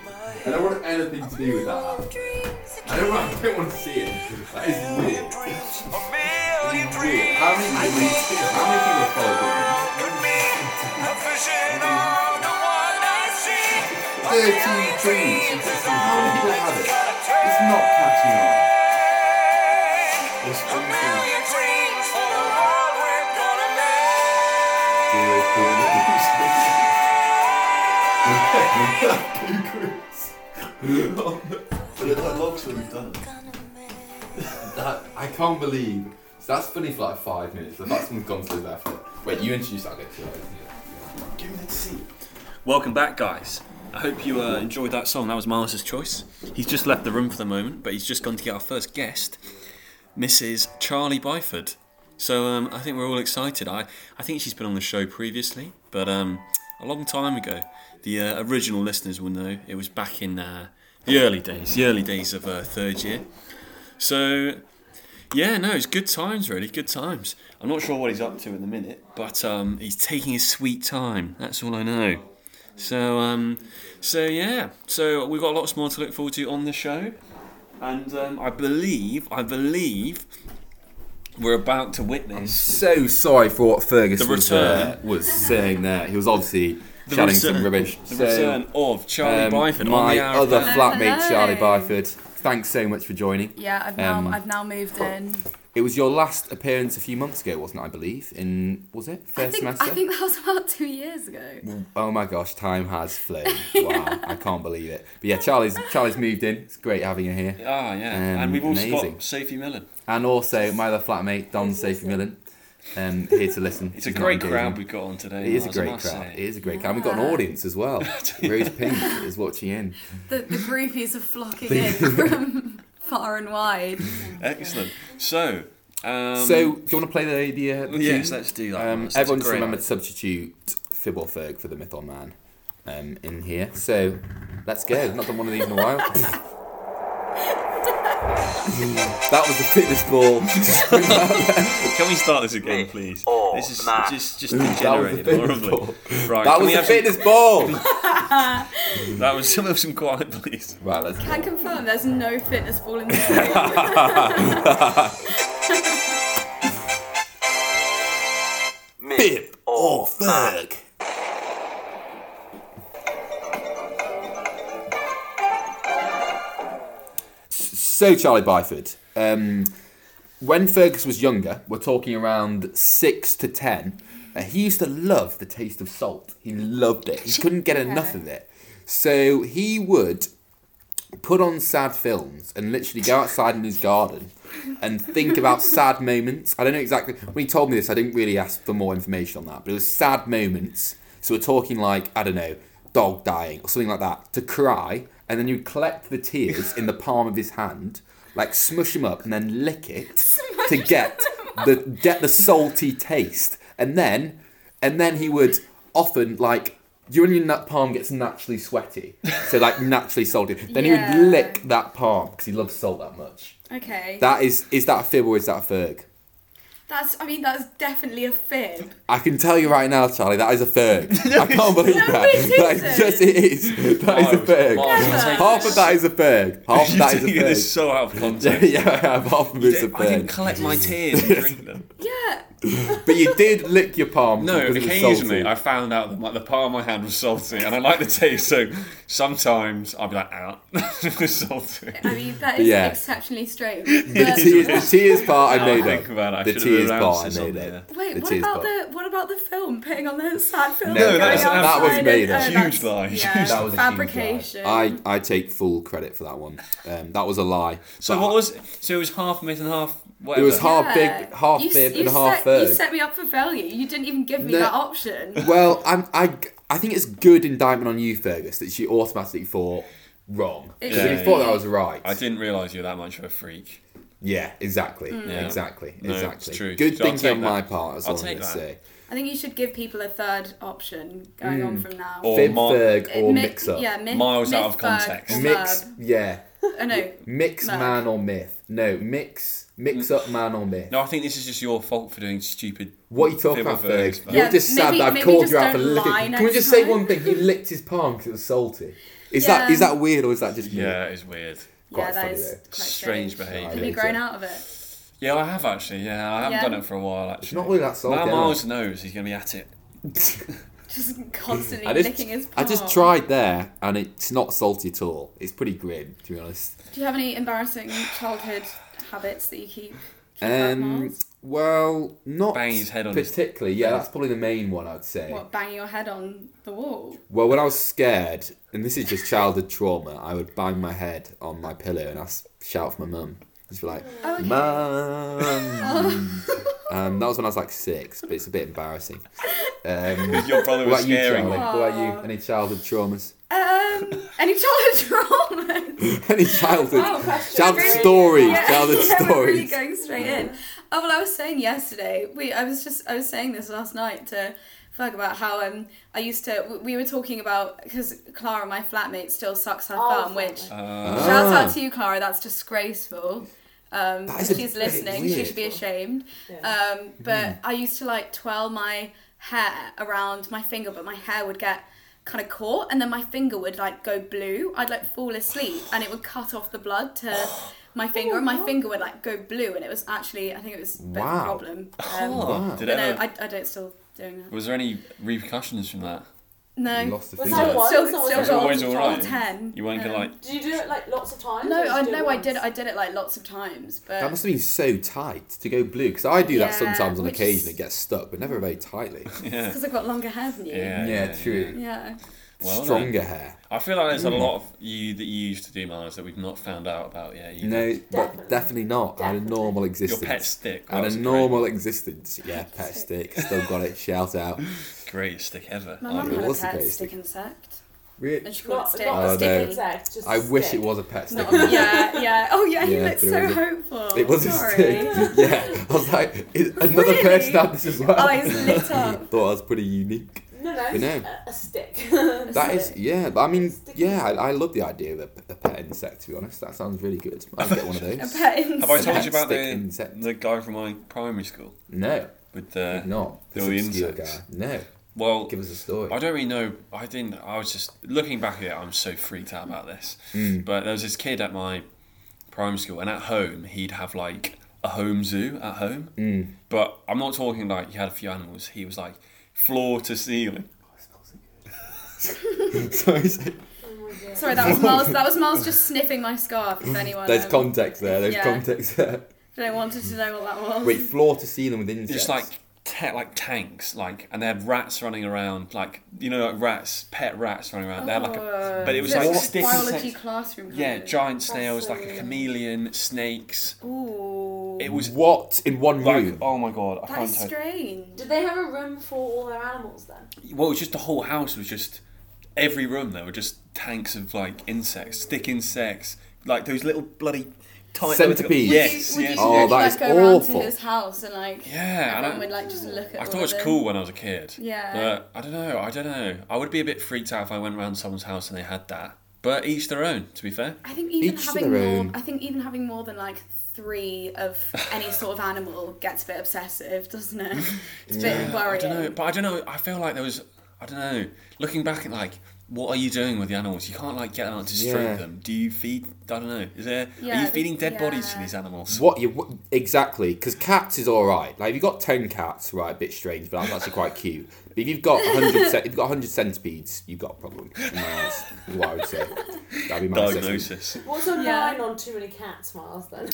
C: I don't want anything to do with that.
F: Dreams
C: I don't want. I don't want to see it. That is weird.
H: A million
C: Weird.
H: dreams
C: How many people? How many people follow you?
H: could be, a vision of the one I see.
C: Thirteen dreams. How many people have it? It's not catching on.
H: A million dreams for the world we're gonna make.
C: That I can't believe. So that's funny for like five minutes. The fact someone's gone through that. For, wait, you introduced that next year.
D: Welcome back, guys. I hope you uh, enjoyed that song. That was Miles' choice. He's just left the room for the moment, but he's just gone to get our first guest, Mrs. Charlie Byford. So um, I think we're all excited. I, I think she's been on the show previously, but um, a long time ago. The uh, original listeners will know it was back in uh, the early days, the early days of uh, third year. So yeah, no, it's good times, really. Good times. I'm not sure what he's up to in the minute, but um, he's taking his sweet time. That's all I know. So, um, so yeah. So we've got lots more to look forward to on the show, and um, I believe, I believe, we're about to witness
C: So sorry for what Fergus
D: The was, uh,
C: was saying there. He was obviously
D: the
C: shouting
D: return,
C: some rubbish. um,
D: the return of Charlie Byford on
C: my
D: the hour.
C: other
D: of-
C: flatmate,
I: Hello.
C: Charlie Byford. Thanks so much for joining.
I: Yeah, I've now
C: Um,
I: I've now moved in.
C: It was your last appearance a few months ago, wasn't it? I believe in was it first
I: I think
C: semester?
I: I think that was about two years ago.
C: Oh my gosh, time has flown. Wow, I can't believe it. But yeah, Charlie's Charlie's moved in. It's great having her here.
D: Ah, yeah,
C: Um,
D: and we've also
C: amazing.
D: got Sophie Millen.
C: And also my other flatmate, Don Sophie Millen, um, here to listen.
D: It's a
C: She's not
D: great
C: engaging.
D: crowd we've got on today.
C: It is a
D: Miles, I
C: great
D: must
C: crowd.
D: say.
C: It is a great crowd. We've got an
I: Yeah.
C: audience as well. Rose Pink is watching in.
I: The, the groupies are flocking in from far and wide.
D: Excellent. So, um,
C: so, do you want to play the the, uh, the
D: yes,
C: tune?
D: let's do that.
C: Um,
D: That's- that's a
C: everyone just
D: great
C: remember to
D: idea.
C: substitute Fib or Ferg for the Myth or Man um, in here. So, let's go. I've not done one of these in a while. that was the fitness ball.
D: Can we start this again, please?
H: or
D: this is
H: Matt.
D: just just
C: That was the
D: degenerated
C: fitness
D: horribly.
C: ball.
D: Right,
C: That
D: can
C: was
D: we
C: the
D: have some-
C: fitness ball.
D: that was some of some quiet, please.
C: right, let's
I: Can confirm there's no fitness ball in this room.
H: Bip or Ferg.
C: So, Charlie Byford, um, when Fergus was younger, we're talking around six to ten, uh, he used to love the taste of salt. He loved it. He couldn't get enough of it. So he would put on sad films and literally go outside in his garden and think about sad moments. I don't know exactly. When he told me this, I didn't really ask for more information on that, but it was sad moments. So we're talking like, I don't know, dog dying or something like that to cry. And then you'd collect the tears in the palm of his hand, like smush them up and then lick it to get the get the salty taste. And then and then he would often like your onion nut palm gets naturally sweaty. So like naturally salty. Then he
I: Yeah.
C: would lick that palm because he loves salt that much.
I: Okay.
C: That is is that a fib or is that a ferg?
I: that's. I mean, that's definitely a fib.
C: I can tell you right now, Charlie, that is a ferg. I can't believe
I: No,
C: that.
I: it
C: That is,
I: isn't.
C: yes, it is. That is a ferg. Half of that is a ferg. Half of
D: You're
C: that is a
D: taking this
C: ferg.
D: so out of context.
C: yeah, I have. Half of it's a
D: I didn't
C: ferg.
D: collect my tears and drink them.
I: Yeah.
C: But you did lick your palm.
D: No,
C: because it was
D: occasionally
C: salty.
D: I found out that like, the palm of my hand was salty, and I like the taste. So sometimes I'd be like, "Out, it was salty."
I: I mean, that is
C: Yeah.
I: exceptionally strange.
C: The
I: But-
C: tears, the tears part I
D: Now I
C: made
D: think
C: up.
D: about it, I
C: the
D: should have
C: tears
D: announced
C: part I
D: this on
C: made
D: there.
C: up.
I: Wait,
C: The
I: what
C: tears
I: about
C: part.
I: the what about the film putting on the sad film?
C: No,
I: and
D: that
I: going
D: was- that
I: outside
C: was
I: and-
C: made up.
I: uh,
D: Huge
I: that's-
D: lie.
I: Yeah,
D: That
C: was a huge
I: fabrication.
C: I, I take full credit for that one. Um, that was a lie.
D: So
C: But
D: what was? So it was half myth and half whatever.
C: was half- big- half
I: you, s-
C: fib
I: you
C: and half
I: set, You
C: fig.
I: set me up for failure. You didn't even give me
C: No.
I: that option.
C: Well, I'm, I, I think it's good indictment on you, Fergus, that you automatically thought wrong.
I: It
C: Because
D: should
C: if
D: be-
C: you thought that was right.
D: I didn't realise you were that much of a freak.
C: Yeah, exactly.
I: Mm.
D: Yeah.
C: Exactly.
D: No, it's
C: exactly.
D: true.
C: Good
D: So I'll
C: thinking
D: take
C: on
D: that.
C: my part, is
D: I'll
C: all I'm
D: take
C: going to
D: that.
C: say.
I: I think you should give people a third option going on
D: Hmm.
I: from now.
D: Or
C: Fib,
D: Mar-
C: Ferg, or
I: Mi-
C: mix up.
I: Yeah, myth,
D: Miles out of
I: myth, bug,
D: context.
I: or
C: Mix,
I: verb.
C: yeah.
I: Oh, no.
C: Mix
I: Verb.
C: man or myth. No, mix mix up man or myth.
D: Mm. No, I think this is just your fault for doing stupid.
C: What are you talking
D: Fib or
C: about, Ferg?
D: Ferg, but-
C: You're
I: Yeah,
C: just sad
I: maybe-
C: that I've
I: maybe
C: called
I: just
C: you out for
I: don't
C: licking.
I: lie
C: Can we
I: next
C: just say
I: time?
C: one thing? He licked his palm because it was salty. Is that
I: Yeah.
C: is that weird or is that just me?
D: Yeah, it is weird.
C: Quite
I: yeah, that
C: funny
I: is
C: though.
I: quite
D: Strange behaviour.
I: Have you grown out of it?
D: Yeah, I have actually. Yeah, I haven't
I: Yeah.
D: done it for a while actually.
C: not really that salty,
D: Now
C: am I?
D: Miles knows he's going to be at it.
I: Just constantly
C: I just,
I: licking his
C: I
I: palm.
C: just tried there and it's not salty at all. It's pretty grim, to be honest.
I: Do you have any embarrassing childhood habits that you keep? keep up,
C: Um,
I: Miles?
C: well, not
D: Bang his head on his-
C: particularly. Yeah, that's probably the main one I'd say.
I: What, bang your head on the wall?
C: Well, when I was scared, and this is just childhood trauma, I would bang my head on my pillow and I shout for my mum. Just be like,
I: Oh, okay.
C: mum. um, that was when I was like six, but it's a bit embarrassing. Um, what
D: Your brother was
C: about you,
D: scaring.
C: Charlie?
D: you.
C: What about you? Any childhood traumas?
I: Um, any childhood traumas?
C: Any childhood?
I: Wow, Oh, question.
C: Childhood
I: Really?
C: stories.
I: Yeah,
C: Childhood
I: yeah, We're really
C: stories.
I: going straight in. Oh well, I was saying yesterday. We, I was just, I was saying this last night to Ferg about how um, I used to. we- We were talking about because Clara, my flatmate, still sucks her thumb, which
D: Uh,
I: shout out
C: Ah.
I: to you, Clara. That's disgraceful. Um,
C: That
I: if
C: is a
I: she's
C: bit
I: listening. She
C: weird.
I: should be ashamed. Um, but
C: Mm.
I: I used to like twirl my hair around my finger, but my hair would get kind of caught, and then my finger would like go blue. I'd like fall asleep, and it would cut off the blood to my
J: Oh,
I: finger, and my finger would like go blue, and it was actually I think it was a bit of a
C: Wow.
I: problem. Um,
C: Wow.
D: Did
I: but
D: it
I: no,
D: ever,
I: I, I don't still doing that.
D: was there any repercussions from that?
I: No,
C: Lost the
J: Was
C: finger.
J: that one?
I: still,
J: It's
I: still,
J: always-
D: It was
I: got
D: always
I: all
D: alright.
I: ten.
D: You weren't gonna
I: Um,
D: like.
J: Did you do it like lots of times?
I: No,
J: or just
I: I
J: do it
I: no, I
J: once?
I: did. I did it like lots of times, but
C: That must have been so tight to go blue because I do that
I: Yeah,
C: sometimes on
I: which
C: occasion.
I: is-
C: It gets stuck, but never very tightly.
D: Yeah.
I: because I've got longer hair than you.
D: Yeah,
C: yeah, true.
I: Yeah.
D: Well done.
C: Stronger Mm. hair.
D: I feel like there's a lot of you that you used to do, Miles, that we've not found out about yet. either.
C: No,
J: Definitely.
C: but definitely not. I had a
J: Definitely.
C: normal
D: your
C: existence.
D: pet stick.
C: I had
D: That's
C: a
D: great-
C: normal existence. Yeah, pet stick. Still got it. Shout out.
D: great stick ever.
I: My
D: I
I: mum
C: it
I: had a
C: was the
I: pet
C: case.
I: stick insect,
C: Really?
I: and she called
J: Not,
I: it stick.
J: not a
C: Oh,
J: stick
C: no.
J: insect, just
C: I
J: a
C: wish
J: stick.
C: it was a pet stick.
I: yeah, yeah. Oh yeah, he
C: Yeah,
I: looked
C: but it
I: so
C: was a-
I: hopeful.
C: It was
I: Sorry.
C: a stick. Yeah. I was like, is another
I: Really?
C: person had this as well.
I: Eyes lit up.
C: Thought I was pretty unique.
J: No, no,
C: You know.
J: a, a stick.
C: That is, yeah. But I mean,
J: Sticky.
C: yeah, I, I love the idea of a, a pet insect. To be honest, that sounds really good. I'd get one of
I: A
C: those.
I: pet
D: Have I
I: insect.
D: told you about
C: Stick
D: the
C: insect.
D: the guy from my primary school
C: No,
D: with the
C: not
D: the
C: this obscure
D: insects.
C: guy. No,
D: Well,
C: give us a story.
D: I don't really know. I didn't. I was just looking back at it. I'm so freaked out about this. But there was this kid at my primary school, and at home he'd have like a home zoo at home. But I'm not talking like he had a few animals. He was like floor to ceiling.
C: Sorry, sorry.
I: Sorry, that was Miles. That was Miles just sniffing my scarf. If anyone.
C: There's
I: um,
C: context there. There's
I: yeah.
C: context there.
I: if But I wanted to know what that was.
C: Wait, floor to ceiling with insects.
D: just like ta- like tanks, like and they had rats running around, like you know, like rats, pet rats running around. They had like a,
I: Oh.
D: but it was
I: Is
D: like
I: a
D: stick
I: biology
D: insects.
I: classroom. kind
D: Yeah,
I: of?
D: giant
I: That's
D: snails, like a
I: so-
D: chameleon, snakes.
I: Ooh,
D: It was
C: what in one
D: like,
C: room?
D: oh my god, I
I: that
D: can't
I: is
D: tell.
I: strange.
J: Did they have a room for all their animals then?
D: Well, it was just the whole house was just every room there were just tanks of like insects, stick insects, like those little bloody tiny
C: Centipedes. Would you-
D: Yes,
I: would you,
D: yes.
C: Oh,
I: would you,
C: that
I: like,
C: is
I: go around
C: awful.
I: to his house and like
D: Yeah, and I-
I: everyone would like just look at.
D: I
I: all
D: thought it
I: of
D: was
I: them?
D: cool when I was a kid.
I: Yeah.
D: But I don't know. I don't know. I would be a bit freaked out if I went round someone's house and they had that. But each their own, to be fair.
I: I think even
C: Each to
I: having
C: their
I: more.
C: own.
I: I think even having more than like three of any sort of animal gets a bit obsessive, doesn't it? It's a bit
D: I
I: worrying.
D: don't know. But I don't know. I feel like there was. I don't know. Looking back at like, what are you doing with the animals? You can't like get them out to stroke
C: Yeah.
D: them. Do you feed? I don't know. Is there? are
I: Yeah,
D: you
I: the-
D: feeding dead bodies to
I: yeah.
D: these animals?
C: What you what, exactly? Because cats is all right. Like if you've got ten cats, right, a bit strange, but that's actually quite cute. But if you've got hundred, if you've got hundred centipedes, you've got a problem. in my eyes, is what I would say. That'd be my assessment.
D: Diagnosis.
J: What's your
I: Yeah.
J: line on too many cats, Miles? Then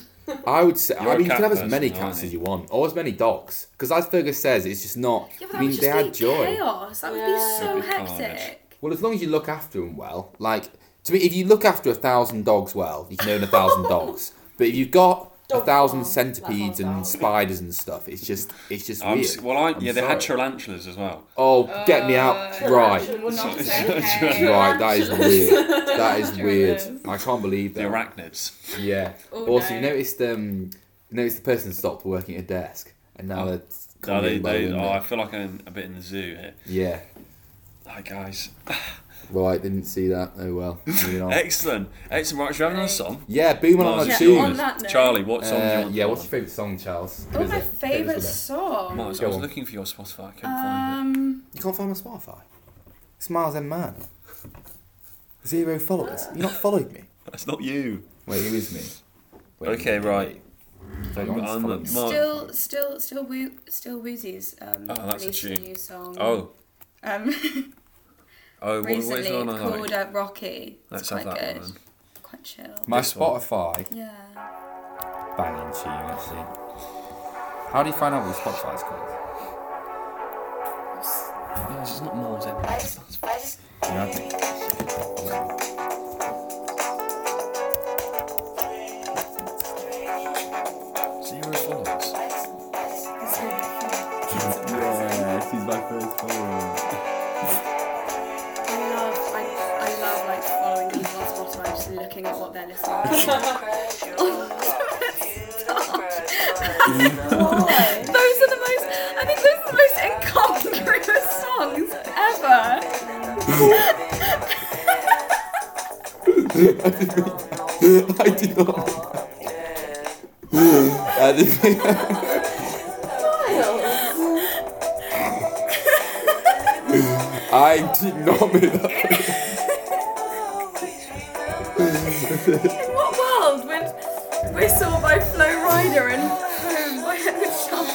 C: I would say.
D: You're
C: I
D: a
C: mean, you
D: cat
C: can have as
D: person,
C: many
D: aren't
C: cats
D: you?
C: as you want, or as many dogs. Because as Fergus says, it's just not.
I: Yeah, but
C: I
I: that
C: mean,
I: would just
C: they
I: be
C: had joy.
I: chaos. That would be
J: Yeah.
I: so
D: It'd be carnage.
I: hectic.
C: Well, as long as you look after them well, like to me, if you look after a thousand dogs well, you can own a thousand dogs. But if you've got a
J: Dog
C: thousand
J: farm,
C: centipedes
J: that
C: and
J: farm.
C: spiders and stuff, it's just, it's just
D: I'm,
C: weird.
D: s- well, I,
C: I'm
D: yeah, they had
C: sorry.
D: tarantulas as well.
C: Oh, get me out!
I: Uh,
C: Right,
I: Well, not
D: It's-
I: so
D: it's-
I: okay.
C: right. That is weird. That is weird.
I: Tarantulas.
C: I can't believe
D: The
C: that.
D: arachnids.
C: Yeah.
I: Oh,
C: also,
I: no.
C: you noticed um, you noticed the person stopped working at a desk, and now they're.
D: No, Oh. they,
C: coming low,
D: they,
C: isn't
D: oh,
C: it?
D: I feel like I'm a bit in the zoo here.
C: Yeah.
D: Hi guys.
C: Right. Didn't see that. Oh well. Moving on.
D: Excellent. Excellent. Right, should we have another song?
C: Yeah. Boom on
D: Miles,
C: our
I: Yeah,
C: tune.
I: on that note-
D: Charlie, what song do you
C: Uh,
D: want?
C: yeah,
D: to
C: what's your
D: play?
C: favourite song, Charles?
I: Oh,
C: Give us
I: my
C: a- give us a
I: favourite
C: bit.
I: song.
D: Miles, I
C: Go
D: was
C: on.
D: looking for your Spotify. I couldn't find
I: Um,
C: You can't find my Spotify. It's Miles M. Man. Zero followers. You're not following me.
D: it. That's not you.
C: Wait, who is me? Wait,
D: Okay, right.
C: hang on,
D: I'm-
C: follow me.
D: Mark-
I: still, still, still, woo, still Woozies. Um,
D: Oh, that's a
I: released
D: tune.
I: new song.
D: Oh,
I: Um,
D: oh, what, what is
I: recently
D: the one I
I: it's called
D: like?
I: uh, Rocky.
D: Let's
I: it's
D: have
I: quite
D: that
I: good.
D: one. then.
I: Quite chill.
C: My
D: This one.
C: Spotify
I: Yeah.
C: banging tune, actually. How do you find out what Spotify's called?
D: Miles, it's not Miles. eh?
C: You know, I think-
D: Zero followers.
I: I love, I, I love like following people on Spotify, just looking at what they're listening to. those are the most, I think those are the most incongruous songs ever.
C: I did not. I did I did not make that.
I: In what world would we saw by Flo Rida and Home by Edward Sharp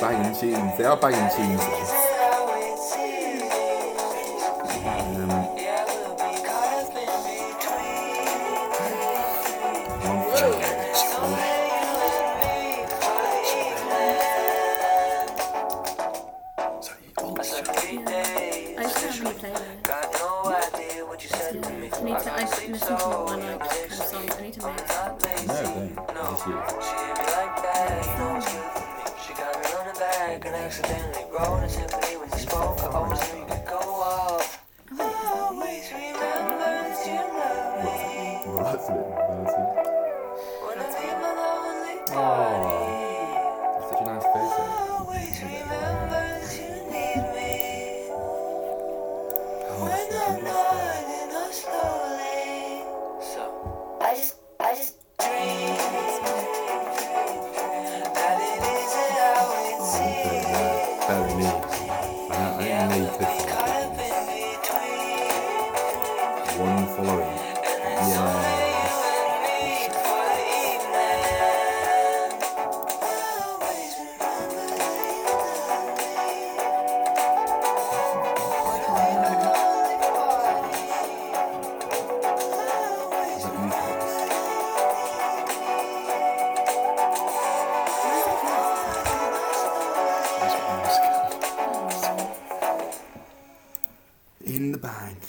C: Banging tunes. They are banging tunes. Though.
D: So, oh,
I: I just don't have any playlist. I need to, I just listen to more like kind of songs. I need to make
C: No, don't. That's you. Well, that's a bit embarrassing. Oh, that's such a nice face. though.
F: I just, I just
C: Bear with me. I, I didn't know you could.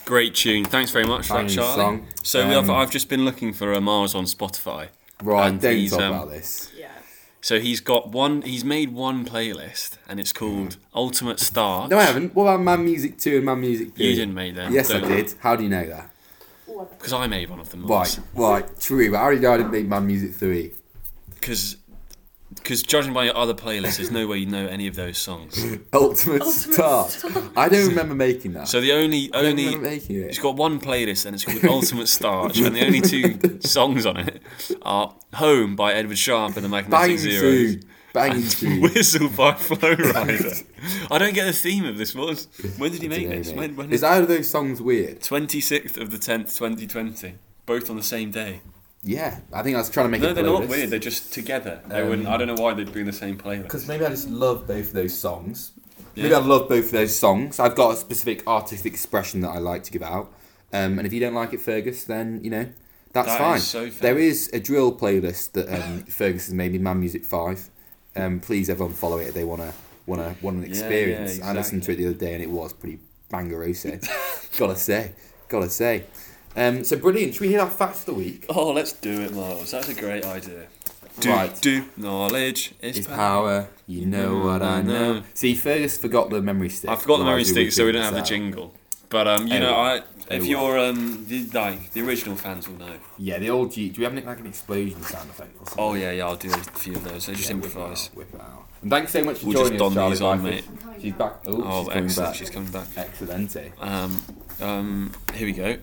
D: Great tune. Thanks very much for that,
C: Banging
D: Charlie.
C: song.
D: So we have,
C: Um,
D: I've just been looking for uh, Mars on Spotify.
C: Right,
D: And
C: don't
D: he's,
C: talk
D: um,
C: about this.
I: Yeah.
D: So he's got one. He's made one playlist, and it's called Ultimate Star.
C: No, I haven't. What about Man Music 2 and Man Music 3?
D: You didn't make them.
C: Yes, I
D: Don't-
C: did. How do you know that?
D: Because I made one of them.
C: Right, right, true. But how do you know I didn't make Man Music 3?
D: Because. Because judging by your other playlists, there's no way you know any of those songs.
C: Ultimate, Star. I don't remember making that.
D: So the only
C: I don't
D: only
C: remember making it.
D: It's got one playlist and it's called Ultimate Starch, and the only two songs on it are Home by Edward Sharpe and the
C: Banging
D: Magnetic Zeros.
C: tune. Banging tune.
D: Whistle by Flow Rider. I don't get the theme of this. What was, when did he make
C: You know,
D: this?
C: mate.
D: When, when
C: Is either of those songs weird?
D: 26th of the 10th, 2020. Both on the same day.
C: Yeah, I think I was trying to make
D: No,
C: a
D: they're not
C: playlist. Um,
D: weird. They're just together. They wouldn't, I don't know why they'd be in the same playlist.
C: Because maybe I just love both of those songs. Maybe
D: Yeah.
C: I love both of those songs. I've got a specific artistic expression that I like to give out. Um, and if you don't like it, Fergus, then you know that's
D: That is
C: fine.
D: so fair.
C: there is a drill playlist that um, Fergus has made me, Man Music Five. Um, please, everyone, follow it if they want to want to want an experience. I listened to it the other day, and it was pretty bangeroso. gotta say, gotta say. Um, so brilliant. Should we hear our facts of the week?
D: Oh, let's do it, Miles. That's a great idea. Do,
C: Right.
D: do knowledge is
C: Is
D: power.
C: power. You know what I know. See, Fergus forgot the memory stick.
D: I forgot the memory
C: Otherwise we
D: stick,
C: would
D: so we
C: figure
D: don't have the
C: this out.
D: jingle. But um, you know, I
C: Anyway,
D: if
C: anyway.
D: you're um the, like the original fans will know.
C: Yeah, the old G. Do we have any, like an explosion sound effect? Or something?
D: Oh yeah, yeah, I'll do a few of those. I just
C: Yeah, whip it
D: improvise.
C: out, Whip it out. And thanks so much for
D: We'll just
C: joining
D: don
C: us, Charlie.
D: these on,
C: Byford.
D: mate.
C: She's back.
D: Oh,
C: Oh, she's coming
D: excellent!
C: back. eh?
D: She's coming back.
C: Excellente.
D: Um, um, here we go.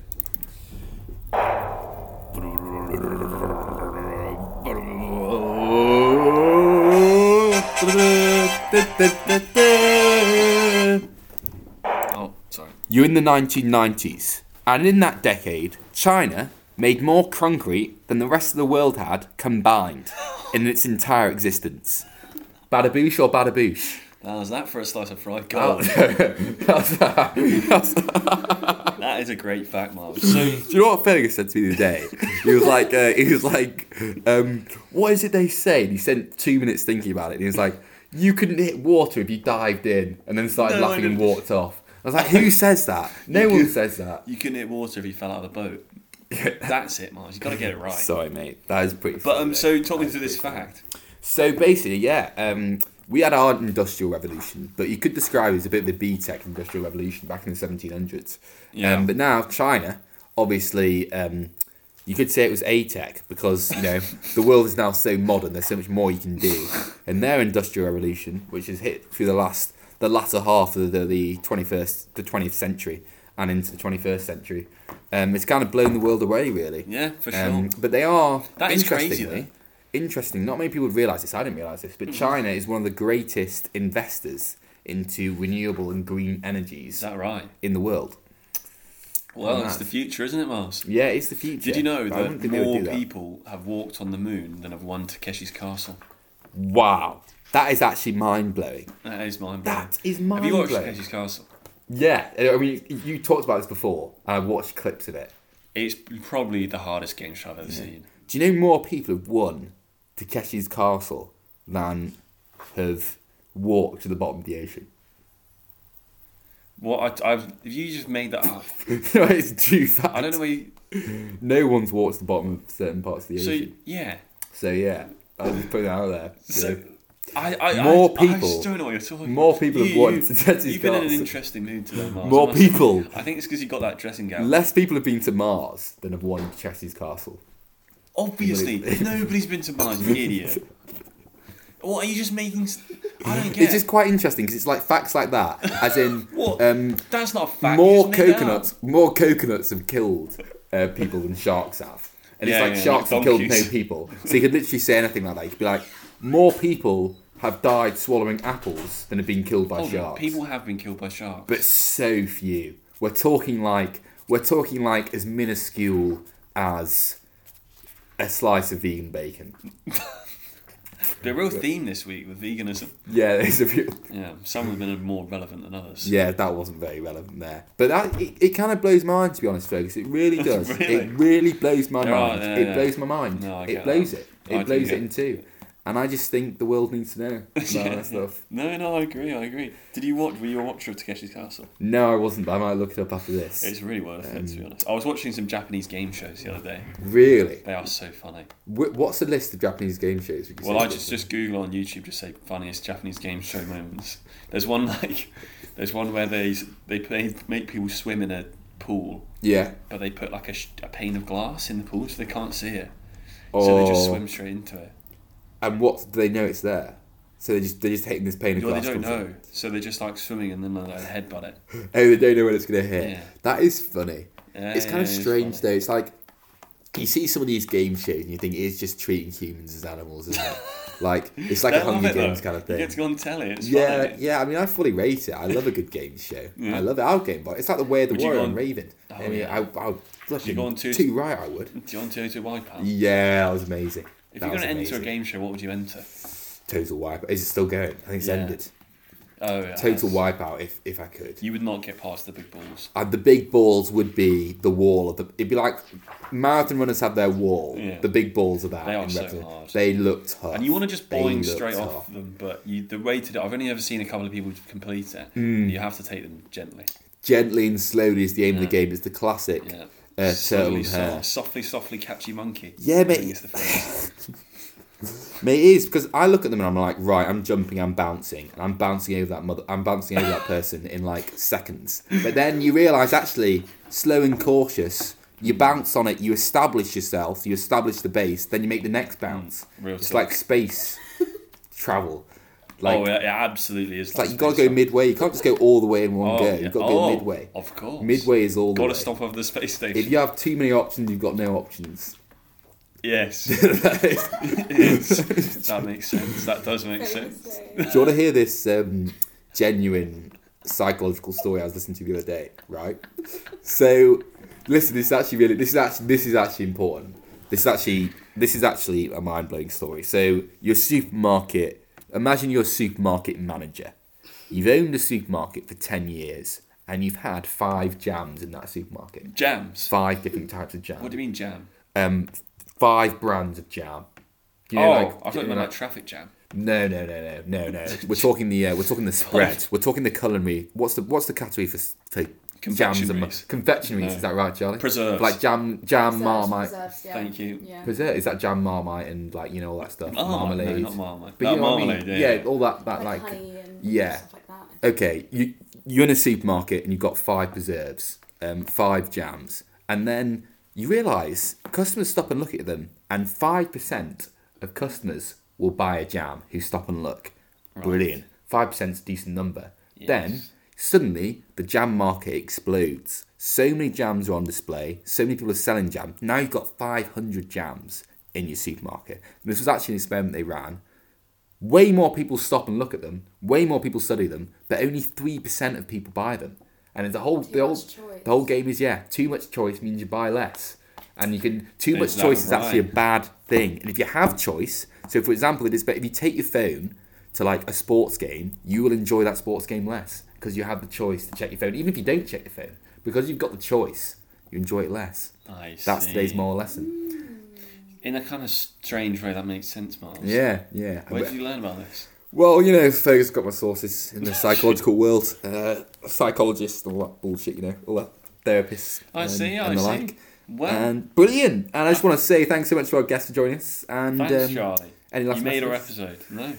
D: Oh, sorry.
C: You're in the 1990s, and in that decade, China made more concrete than the rest of the world had combined in its entire existence. Badaboosh or badaboosh?
D: How's that for a slice of fried
C: Oh.
D: gold? that is a great fact, Marv. So
C: Do you know what Fergus said to me the other day? He was like, uh, he was like, um, what is it they say? And he spent two minutes thinking about it. And he was like, you couldn't hit water if you dived in, and then
D: No,
C: started
D: I
C: laughing and
D: didn't.
C: walked off. I was like, who says that? No one says that.
D: you couldn't hit water if you fell out of the boat. That's it, Marv. You got to get it right.
C: Sorry, mate. That is pretty.
D: But
C: funny,
D: um,
C: mate.
D: so talk me
C: That is
D: through this
C: pretty funny.
D: fact.
C: So basically, yeah, um, we had our industrial revolution, but you could describe it as a bit of the B Tech industrial revolution back in the 1700s.
D: Yeah.
C: Um, but now China, obviously, um, you could say it was A Tech because you know the world is now so modern. There's so much more you can do, and their industrial revolution, which has hit through the last the latter half of the the 21st the 20th century and into the 21st century, um, it's kind of blown the world away, really.
D: Yeah, for sure.
C: Um, but they are
D: That is crazy, Mm-hmm.
C: interestingly, interesting. Not many people realise this. I didn't realise this, but China is one of the greatest investors into renewable and green
D: Is
C: energies
D: that right?
C: in the world.
D: Well, it's
C: Alright.
D: the future, isn't it, Miles?
C: Yeah, it's the future.
D: Did you know
C: But I wouldn't
D: that
C: think they would
D: more
C: do that.
D: people have walked on the moon than have won Takeshi's Castle?
C: Wow, that is actually mind blowing.
D: That is mind blowing.
C: That is
D: Have you watched
C: mind-blowing.
D: Takeshi's Castle?
C: Yeah, I mean, you talked about this before. and I watched clips of it.
D: It's probably the hardest game show I've ever seen.
C: Do you know more people have won Takeshi's Castle than have walked to the bottom of the ocean?
D: What I, I've have you just made that up?
C: no, it's true fact.
D: I don't know where. You,
C: No one's walked to the bottom of certain parts of the
D: so
C: ocean.
D: yeah,
C: So, yeah, I'll just put that out there.
D: So-
C: Yeah.
D: I, I
C: More
D: I, I
C: people-
D: just don't know what you're talking.
C: more
D: about.
C: people have
D: You-
C: walked
D: you-
C: to Takeshi's
D: You've been in an
C: Castle.
D: interesting mood today, Miles.
C: More
D: honestly.
C: people.
D: I think it's because you got that dressing gown.
C: Less people have been to Mars than have won Chessie's Castle.
D: Obviously, nobody's been to Mars, you idiot. What are you just making? s- I don't get.
C: It's just quite interesting because it's like facts like that, as in
D: What?
C: um,
D: That's not a fact. you
C: more
D: just made that up.
C: coconuts, more coconuts have killed uh, people than sharks have, and
D: Yeah,
C: it's like
D: yeah,
C: sharks
D: like
C: have killed no
D: donkeys.
C: people. So you could literally say anything like that. You could be like, more people have died swallowing apples than have been killed by
D: Hold on,
C: sharks.
D: Oh, People have been killed by sharks.
C: Oh, but so few. We're talking like we're talking like as minuscule as a slice of vegan bacon.
D: the real theme this week with veganism.
C: Yeah, there's a few.
D: Yeah, some have been more relevant than others.
C: Yeah, that wasn't very relevant there. But that it, it kind of blows my mind to be honest, Fergus. It really does.
D: Really?
C: It really blows my
D: There are-
C: mind.
D: yeah,
C: it
D: yeah.
C: blows my mind.
D: No, I
C: it
D: get
C: blows
D: that.
C: it.
D: I
C: It
D: do
C: blows
D: get-
C: it in two. And I just think the world needs to know about that stuff.
D: No, no, I agree, I agree. Did you watch? Were you a watcher of Takeshi's Castle?
C: No, I wasn't, but I might look it up after
D: It's
C: this.
D: really well worth it, to be
C: Um,
D: honest. I was watching some Japanese game shows the other day.
C: Really?
D: They are so funny.
C: Wh- What's the list of Japanese game shows? would you
D: Well,
C: say?
D: I just just Google on YouTube, just say funniest Japanese game show moments. There's one like, there's one where they s- they play, make people swim in a pool,
C: Yeah.
D: but they put like a, sh- a pane of glass in the pool so they can't see it,
C: Or,
D: so they just swim straight into it.
C: And what do they know it's there? So they just they're just hitting this pane of
D: Well, they
C: glass.
D: don't
C: comes
D: know, so they're just like swimming and then they like, headbutt it.
C: in. Oh, they don't know when it's gonna hit.
D: Yeah.
C: That is funny.
D: Yeah,
C: it's kind of
D: yeah, it's
C: strange
D: funny.
C: though. It's like you see some of these game shows and you think it's just treating humans as animals, isn't it? like it's like
D: They
C: a
D: love
C: Hunger
D: it, though.
C: Games kind of
D: You
C: thing.
D: get to go on telly. It's
C: Yeah,
D: funny.
C: yeah. I mean, I fully rate it. I love a good game show. I love it. I'll game boy. It's like the way of the
D: Would you go
C: warrior and
D: on-
C: Raven. I
D: Oh,
C: mean,
D: yeah.
C: I, I'll flip
D: go on two-
C: two right. I would.
D: Do you want to to wipe out?
C: Yeah, that was amazing.
D: If
C: That
D: you're
C: was
D: going to enter a
C: amazing.
D: game show, what would you enter?
C: Total Wipeout. Is it still going? I think it's
D: Yeah.
C: ended.
D: Oh, yeah,
C: Total
D: that's-
C: Wipeout, if if I could.
D: You would not get past the big balls.
C: And uh, the big balls would be the wall of the. It'd be like marathon runners have their wall.
D: Yeah.
C: The big balls of that.
D: They are
C: in
D: so
C: wrestling.
D: hard.
C: They look tough.
D: And you want to just
C: They
D: boing
C: look
D: straight off
C: tough.
D: them, but you, the way to do I've only ever seen a couple of people complete it.
C: Hmm.
D: You have to take them gently.
C: Gently and slowly is the aim of
D: Yeah.
C: the game. It's the classic
D: Yeah.
C: uh, turtle
D: Slowly,
C: and hare.
D: soft, softly, softly catchy monkey.
C: Yeah,
D: I
C: mate.
D: think it's the phrase.
C: Mate, it is because I look at them and I'm like, right, I'm jumping, I'm bouncing, and I'm bouncing over that mother, I'm bouncing over that person in like seconds. But then you realise actually, slow and cautious, you bounce on it, you establish yourself, you establish the base, then you make the next bounce.
D: Mm, real
C: it's
D: talk.
C: like space travel. Like
D: oh, yeah, it absolutely is.
C: it's like you gotta go midway. You can't just go all the way in
D: Oh,
C: one go. You've got to go midway.
D: Of course.
C: Midway is all the
D: Got
C: way.
D: to stop off the space station.
C: If you have too many options, you've got no options.
D: Yes,
C: Do you
D: yes. that makes sense. That does make sense.
J: Seriously.
C: want to hear this um, genuine psychological story I was listening to the other day? Right. So, listen. This is actually really. This is actually. This is actually important. This is actually. This is actually a mind blowing story. So, your supermarket. Imagine you're a supermarket manager. You've owned a supermarket for ten years, and you've had five jams in that supermarket.
D: Jams.
C: Five different types of jam.
D: What do you mean jam?
C: Um, five brands of jam. You
D: oh,
C: like-
D: I thought you
C: you
D: meant
C: know, like-
D: like traffic jam.
C: no, no, no, no, no, no. We're talking the uh, we're talking the spread. We're talking the culinary. What's the what's the category for, for jams and mu-
D: Confectionaries.
C: confectionaries? Is that right, Charlie?
D: Preserves.
C: Like jam, jam, marmite.
J: Preserves, yeah.
D: Thank you.
J: Yeah.
C: Preserve. Is that jam, marmite, and like you know all that stuff?
D: Marmite, no,
C: marmalade.
D: not marmite.
C: But
D: Uh,
C: you know what I mean?
D: marmalade, yeah,
C: yeah,
D: yeah.
C: all that that
J: Like,
C: like.
J: honey and
C: yeah.
J: stuff like that.
C: Okay, you you're in a supermarket and you've got five preserves, um, five jams, and then you realise customers stop and look at them, and five percent of customers will buy a jam who stop and look. Brilliant. Five percent's a decent number. Then
D: Yes.
C: suddenly the jam market explodes. So many jams are on display. So many people are selling jam. Now you've got five hundred jams in your supermarket. And this was actually an experiment they ran. Way more people stop and look at them. Way more people study them, but only three percent of people buy them. And the whole the
J: much
C: whole
J: choice.
C: the whole game is yeah, too much choice means you buy less, and you can too
D: Is
C: much
D: that
C: choice is actually a
D: right?
C: bad thing. And if you have choice, so for example, it is better if you take your phone to like a sports game, you will enjoy that sports game less because you have the choice to check your phone, even if you don't check your phone, because you've got the choice, you enjoy it less.
D: I see.
C: That's today's moral
J: Mm.
C: lesson.
D: In a kind of strange way, that makes sense, Miles.
C: Yeah, yeah.
D: Where did you learn about this?
C: Well, you know, folks got my sources in the psychological world. Uh, psychologists and all that bullshit, you know, all that therapists.
D: I
C: um,
D: see.
C: and
D: I
C: the
D: see.
C: like.
D: Well,
C: And brilliant. And I just want to say thanks so much to our guests for joining us. And
D: thanks,
C: um,
D: Charlie.
C: any last
D: You made our
C: messages?
D: episode. No.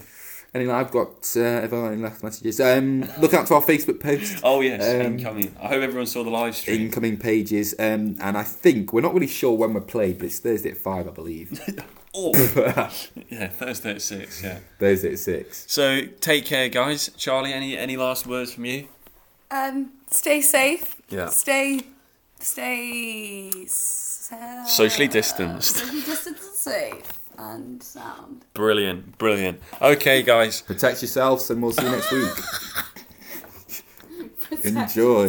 C: Anyway, I've got uh, everyone any last messages. Um, look out to our Facebook post.
D: Oh yes,
C: Um,
D: incoming. I hope everyone saw the live stream.
C: Incoming pages, um, and I think we're not really sure when we're played, but it's Thursday at five, I believe.
D: oh, yeah, Thursday at six. Yeah.
C: Thursday at six.
D: So take care, guys. Charlie, any any last words from you?
I: Um, stay safe.
D: Yeah.
I: Stay, stay sa-
D: Socially distanced.
I: socially distanced and safe and sound.
D: Brilliant, brilliant. Okay, guys.
C: Protect yourselves, and we'll see you next week. Enjoy.